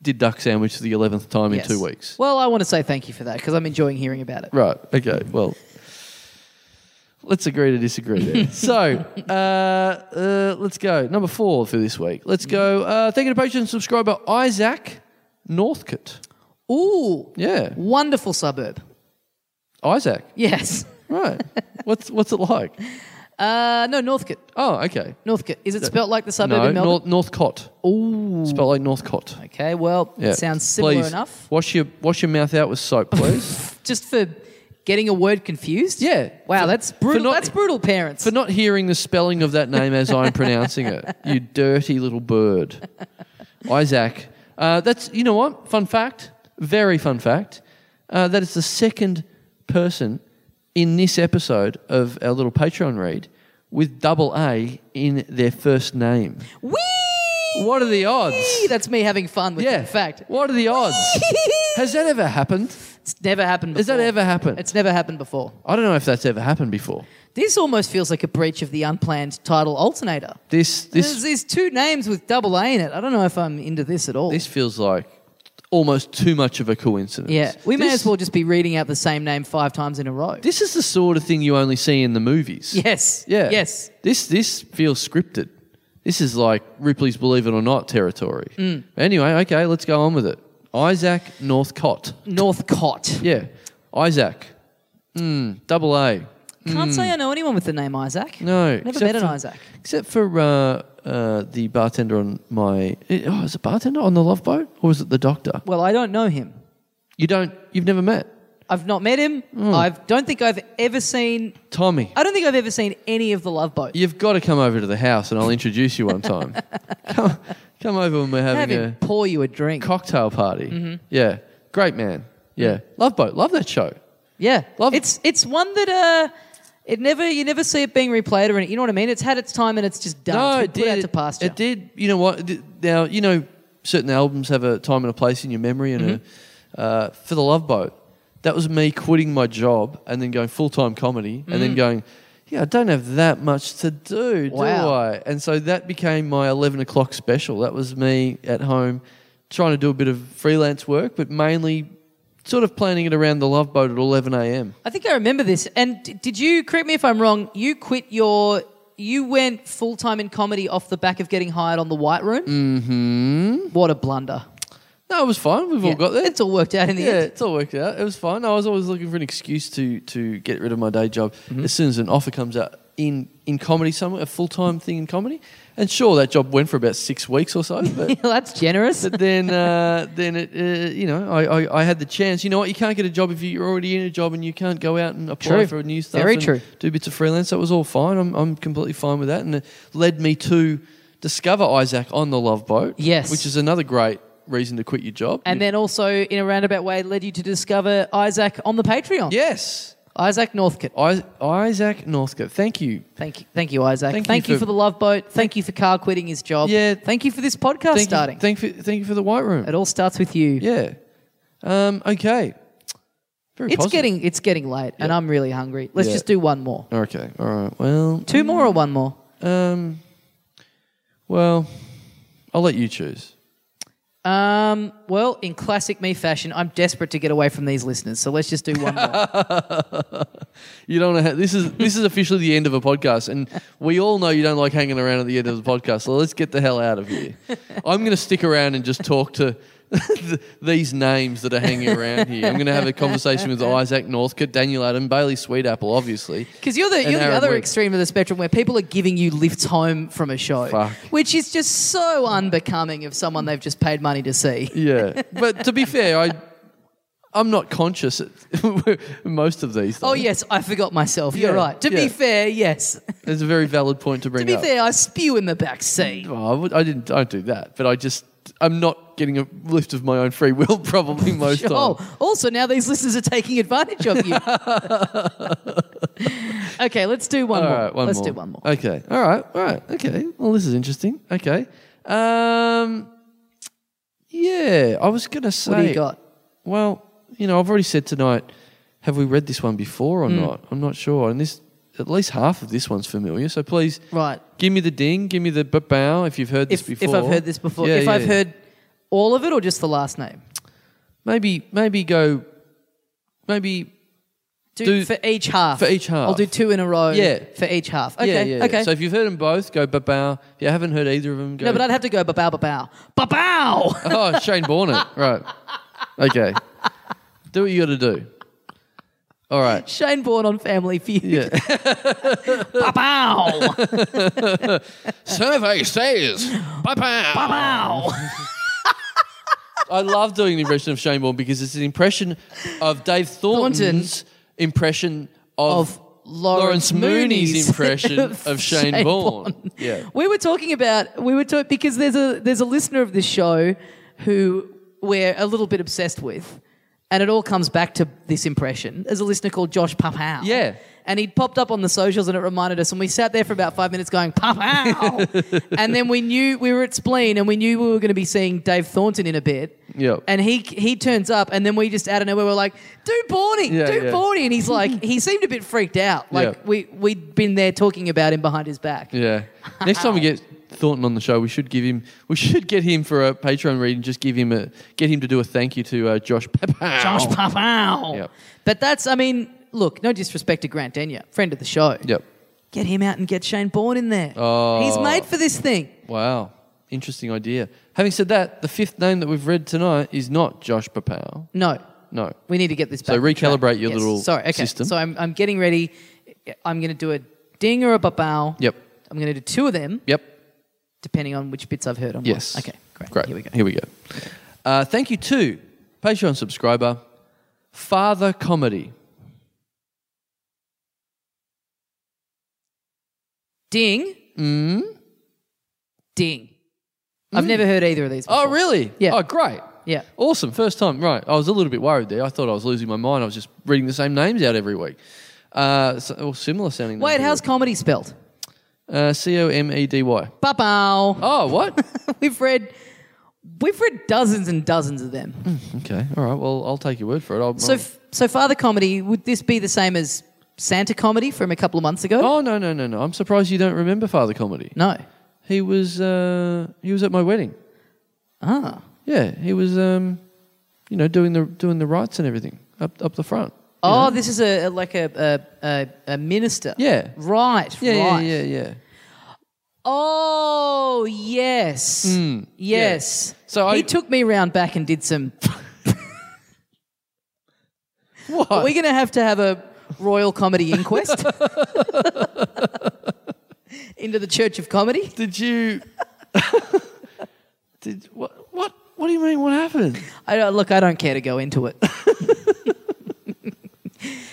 did duck sandwich for the eleventh time Yes. in two weeks. Well, I want to say thank you for that because I'm enjoying hearing about it. Right. Okay. Well, let's agree to disagree there. so uh, uh, let's go. Number four for this week. Let's go. Uh, thank you to Patreon subscriber Isaac Northcott. Ooh. Yeah. Wonderful suburb. Isaac. Yes. Right. what's what's it like? Uh, no, Northcote. Oh, okay. Northcote. Is it spelt like the suburb No, in Melbourne? North, Northcott. Ooh. Spelled like Northcott. okay. Well, Yeah. it sounds similar Please, enough. Wash your wash your mouth out with soap, please. Just for getting a word confused. Yeah. Wow, For- that's for brutal. not- that's brutal, parents. For not hearing the spelling of that name as I'm pronouncing it, you dirty little bird, Isaac. Uh, that's you know what? Fun fact. Very fun fact. Uh, that is the second person in this episode of our little Patreon read with double A in their first name. Whee! What are the odds? That's me having fun with Yeah. that fact. What are the odds? Has that ever happened? It's never happened before. Has that ever happened? It's never happened before. I don't know if that's ever happened before. This almost feels like a breach of the unplanned title alternator. This There's this these two names with double A in it. I don't know if I'm into this at all. this feels like almost too much of a coincidence. yeah, we may This- as well just be reading out the same name five times in a row. This is the sort of thing you only see in the movies. yes. Yeah. Yes. This this feels scripted. This is like Ripley's Believe It or Not territory. Mm. Anyway, okay, let's go on with it. Isaac Northcott. Northcott. Yeah, Isaac. Mm, double A. Can't say I know anyone with the name Isaac. Hmm. No, Never except met an for- Isaac. Except for uh, uh, the bartender on my. eh, Oh, is it bartender on the Love Boat or was it the doctor? Well, I don't know him. You don't. You've never met I've not met him. Hmm. I don't think I've ever seen. Tommy. I don't think I've ever seen any of the Love Boat. You've got to come over to the house and I'll introduce you one time. come, come over when we're having Have him a pour you a drink. cocktail party. Yeah, great man. Yeah, Love Boat. Love that show. yeah, Love- it's it's one that uh, it never you never see it being replayed or anything. You know what I mean? It's had its time and it's just done. It's been put out to pasture. It did. You know what? It did- Now you know certain albums have a time and a place in your memory, and Mm-hmm. a, uh, for the Love Boat, that was me quitting my job and then going full time comedy, and Mm-hmm. then going, yeah, I don't have that much to do, do Wow. I? And so that became my eleven o'clock special. That was me at home trying to do a bit of freelance work, but mainly sort of planning it around the Love Boat at eleven a.m. I think I remember this. And d- did you correct me if I'm wrong? You quit your you went full time in comedy off the back of getting hired on the White Room. Mm-hmm. What a blunder! No, it was fine. We've all Yeah. got there. It's all worked out in the yeah, end. it's all worked out. It was fine. I was always looking for an excuse to to get rid of my day job Mm-hmm. as soon as an offer comes out in in comedy somewhere, a full time thing in comedy. And sure, that job went for about six weeks or so, but. Well, That's generous. But then, uh, then it, uh, you know, I, I, I had the chance. You know what? You can't get a job if you're already in a job, and you can't go out and apply True. for new stuff. Very and true. Do bits of freelance. That was all fine. I'm, I'm completely fine with that, and it led me to discover Isaac on the Love Boat. Yes. which is another great reason to quit your job. And then also, in a roundabout way, led you to discover Isaac on the Patreon. yes, Isaac Northcott. I- Isaac Northcott. Thank you. Thank you, thank you, Isaac. Thank, Thank you you, for, for- the love boat. Thank you for Carl quitting his job. Yeah. Thank you for this podcast Thank starting. You, thank you. For, thank you for the white room. it all starts with you. Yeah. Um, okay. Very it's positive. getting it's getting late, and I'm really hungry. Let's Yeah. just do one more, Okay. All right. Well. two more, or one more. Um. Well, I'll let you choose. Um, well, in classic me fashion, I'm desperate to get away from these listeners, so let's just do one more. You don't. Know how, this is this is officially the end of a podcast, and we all know you don't like hanging around at the end of the podcast. So let's get the hell out of here. I'm going to stick around and just talk to th- these names that are hanging around here. I'm going to have a conversation with Isaac Northcott, Daniel Adam, Bailey Sweetapple, obviously. Because you're the And you're the Aaron other Webb. extreme of the spectrum where people are giving you lifts home from a show, Fuck. which is just so unbecoming of someone they've just paid money to see. Yeah, but to be fair, I I'm not conscious at most of these. Things. Oh yes, I forgot myself. You're Yeah, right. To be yeah. fair, yes. it's a very valid point to to bring be up. fair, I spew in the back seat. Oh, I, would, I didn't. I don't do that, but I just I'm not getting a lift of my own free will probably most Sure. time. Oh, Also, now these listeners are taking advantage of you. okay, let's do one All more. right, one let's more. do one more. Okay. All right. All right. Okay. Well, this is interesting. Okay. Um. Yeah, I was gonna say. what do you got? Well, you know, I've already said tonight. Have we read this one before or Hmm. not? I'm not sure. And this, at least half of this one's familiar. So please, Right. Give me the ding. Give me the b- bow if you've heard this If, before. if I've heard this before, Yeah, if yeah, I've yeah. heard all of it or just the last name, maybe maybe go, maybe do, Do- for each half. for each half. I'll do two in a row. Yeah. for each half. Okay, yeah, yeah. okay. So if you've heard them both, go ba bow. If you haven't heard either of them, go. no, but I'd have to go ba bow ba bow ba bow. oh, Shane Bourne it. Right. Okay. Do what you got to do. All right. Shane Bourne on Family Feud. Yeah. Ba bow Survey says ba bow. ba bow. I love doing the impression of Shane Bourne because it's an impression of Dave Thornton's impression of, Of Lawrence Mooney's impression of, Shane, Shane Bourne. Bourne. Yeah. We were talking about we were talking because there's a there's a listener of this show who we're a little bit obsessed with, and it all comes back to this impression. There's a listener called Josh Papow. Yeah. And he'd popped up on the socials and it reminded us, and we sat there for about five minutes going, Papow! and then we knew we were at Spleen and we knew we were going to be seeing Dave Thornton in a bit. Yep. And he he turns up, and then we just out of nowhere we're like, do Bournie, Yeah, do yeah. Bournie. And he's like, he seemed a bit freaked out. Like, Yeah. we, we'd been there talking about him behind his back. Yeah. Next time we get Thornton on the show, we should give him. We should get him for a Patreon read and just give him a get him to do a thank you to uh, Josh Papow. Josh Papow. Yep. But that's, I mean, look, no disrespect to Grant Denyer, friend of the show. Yep. Get him out and get Shane Bourne in there. Oh. He's made for this thing. Wow. Interesting idea. Having said that, the fifth name that we've read tonight is not Josh Papao. No. No. We need to get this So back. on recalibrate track. your little Sorry, okay. system. So I'm, I'm getting ready. I'm going to do a ding or a babao. Yep. I'm going to do two of them, Yep. depending on which bits I've heard on. Yes. Okay, great. Great. Here we go. Here we go. Uh, thank you to Patreon subscriber Father Comedy. Ding. Mm. Ding. I've never heard either of these. Before. Mm. Oh, really? Yeah. Oh, great. Yeah. Awesome. First time. Right. I was a little bit worried there. I thought I was losing my mind. I was just reading the same names out every week. Uh, so, or similar sounding. names Wait, every how's week. comedy spelled? uh, C O M E D Y? Babao. Oh, what? We've read we've read dozens and dozens of them. Mm. okay. All right. Well, I'll take your word for it. I'll, So f- so Father Comedy, would this be the same as Santa Comedy from a couple of months ago? oh no no no no! I'm surprised you don't remember Father Comedy. No. He was uh, he was at my wedding. Ah. Yeah, he was um, you know doing the doing the rites and everything up up the front. Oh, this is a, a like a a, a a minister. Yeah. Right, Yeah right. yeah yeah yeah. Oh, yes. Yes. Mm, So he I- took me round back and did some What? Are we going to have to have a royal comedy inquest? Into the Church of Comedy? Did you? did what? What? What do you mean? What happened? I don't, look, I don't care to go into it.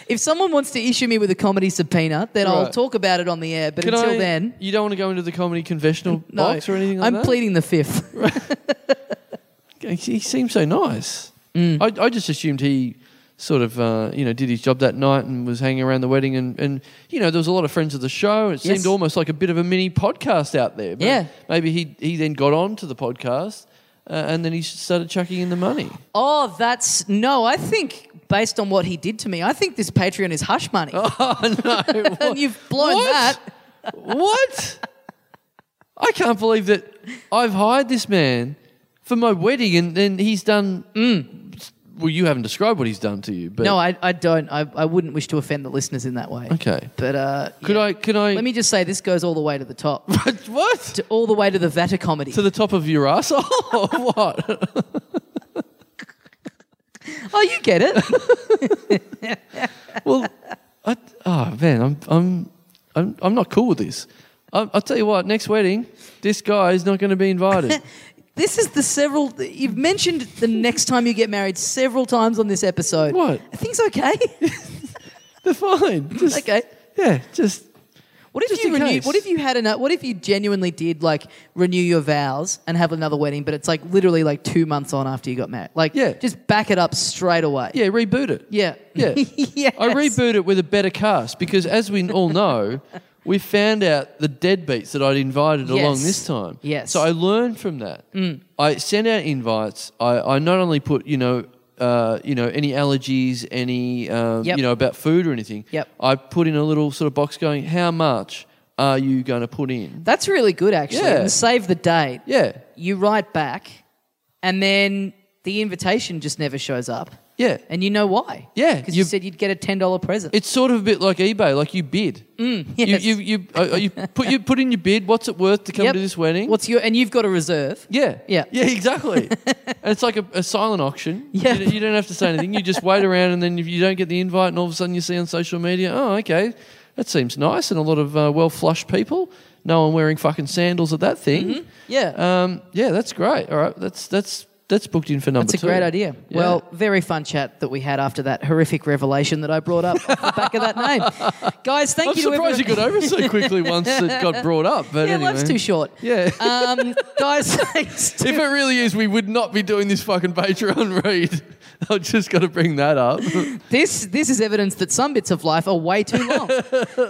if someone wants to issue me with a comedy subpoena, then I'll Right. talk about it on the air. But Can until I- then, you don't want to go into the comedy conventional no, box or anything like I'm that. pleading the fifth. He seemed so nice. Mm. I, I just assumed he sort of uh, you know did his job that night and was hanging around the wedding and, and you know there was a lot of friends of the show. It Yes. seemed almost like a bit of a mini podcast out there. But Yeah. Maybe he he then got on to the podcast uh, and then he started chucking in the money. oh, that's no. I think based on what he did to me, I think this Patreon is hush money, Oh no! and you've blown What? that. what? I can't believe that I've hired this man for my wedding, and then he's done. Well, you haven't described what he's done to you, but Mm. No, I, I don't. I, I wouldn't wish to offend the listeners in that way. Okay. But uh, could yeah. I? Could I? Let me just say this goes all the way to the top, what to all the way to the Vata comedy. to the top of your asshole? or what? oh, you get it. well, I, oh man, I'm I'm I'm I'm not cool with this. I, I'll tell you what. Next wedding, this guy is not going to be invited. this is the several you've mentioned the next time you get married several times on this episode. What? I think's okay. They're fine. Just, okay. Yeah. Just What if Just you in renew, case. what if you had enough what if you genuinely did like renew your vows and have another wedding, but it's like literally like two months on after you got married? Like Yeah. just back it up straight away. yeah. Reboot it. Yeah. Yeah. Yes. I reboot it with a better cast because, as we all know, we found out the deadbeats that I'd invited along Yes. this time. Yes. Mm. So I learned from that. I sent out invites. I, I not only put, you know, uh, you know, any allergies, any, um, Yep. you know, about food or anything. Yep. I put in a little sort of box going, how much are you going to put in? That's really good actually. Yeah. And save the date. Yeah. You write back and then the invitation just never shows up. Yeah. And you know why? Yeah, Because you you've- said you'd get a ten dollar present. It's sort of a bit like eBay, like you bid. Mm, yes. You, you, you, uh, you, put, you put in your bid, what's it worth to come Yep. to this wedding? What's your and you've got a reserve. Yeah. Yeah. Yeah, exactly. and it's like a, a silent auction. Yeah. You, you don't have to say anything. You just wait around, and then if you don't get the invite, and all of a sudden you see on social media, oh, okay, that seems nice, and a lot of uh, well flushed people. No one wearing fucking sandals at that thing. Yeah. Um, yeah, that's great. All right, that's that's that's booked in for number That's a two. great idea. Yeah. Well, very fun chat that we had after that horrific revelation that I brought up off the back of that name. Guys, thank I'm you to surprised you everyone. got over so quickly once it got brought up. But yeah, anyway. life's too short. Yeah. Um, guys, thanks to If it really is, we would not be doing this fucking Patreon read. I've just got to bring that up. This this is evidence that some bits of life are way too long.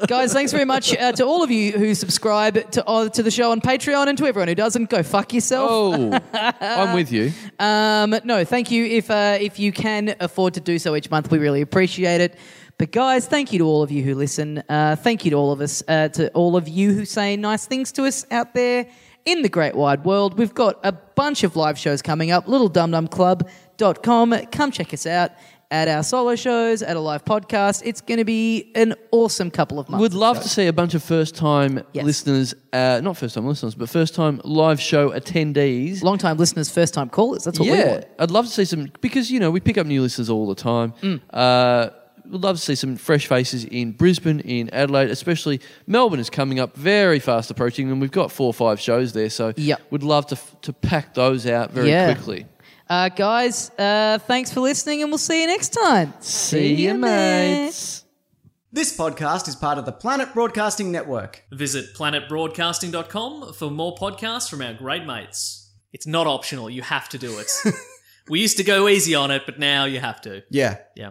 Guys, thanks very much uh, to all of you who subscribe to uh, to the show on Patreon and to everyone who doesn't. Go fuck yourself. Oh, I'm with you. Um, no, thank you if uh, if you can afford to do so each month. We really appreciate it. But guys, thank you to all of you who listen. Uh, thank you to all of us, uh, to all of you who say nice things to us out there in the great wide world. We've got a bunch of live shows coming up. LittleDumDumClub.com. Come check us out. at our solo shows, at a live podcast. It's going to be an awesome couple of months. Would love to see a bunch of first time Yes. listeners, uh, not first time listeners, but first time live show attendees. Long time listeners, first time callers. That's what we yeah, want. I'd love to see some because you know we pick up new listeners all the time. Uh, we'd love to see some fresh faces in Brisbane, in Adelaide, especially Melbourne is coming up very fast approaching, and we've got four or five shows there. So Yep. we'd love to f- to pack those out very Yeah. quickly. Uh, guys, uh, thanks for listening, and we'll see you next time. See you, mates. This podcast is part of the Planet Broadcasting Network. Visit planetbroadcasting.com for more podcasts from our great mates. It's not optional, you have to do it. we used to go easy on it, but now you have to. Yeah. Yeah.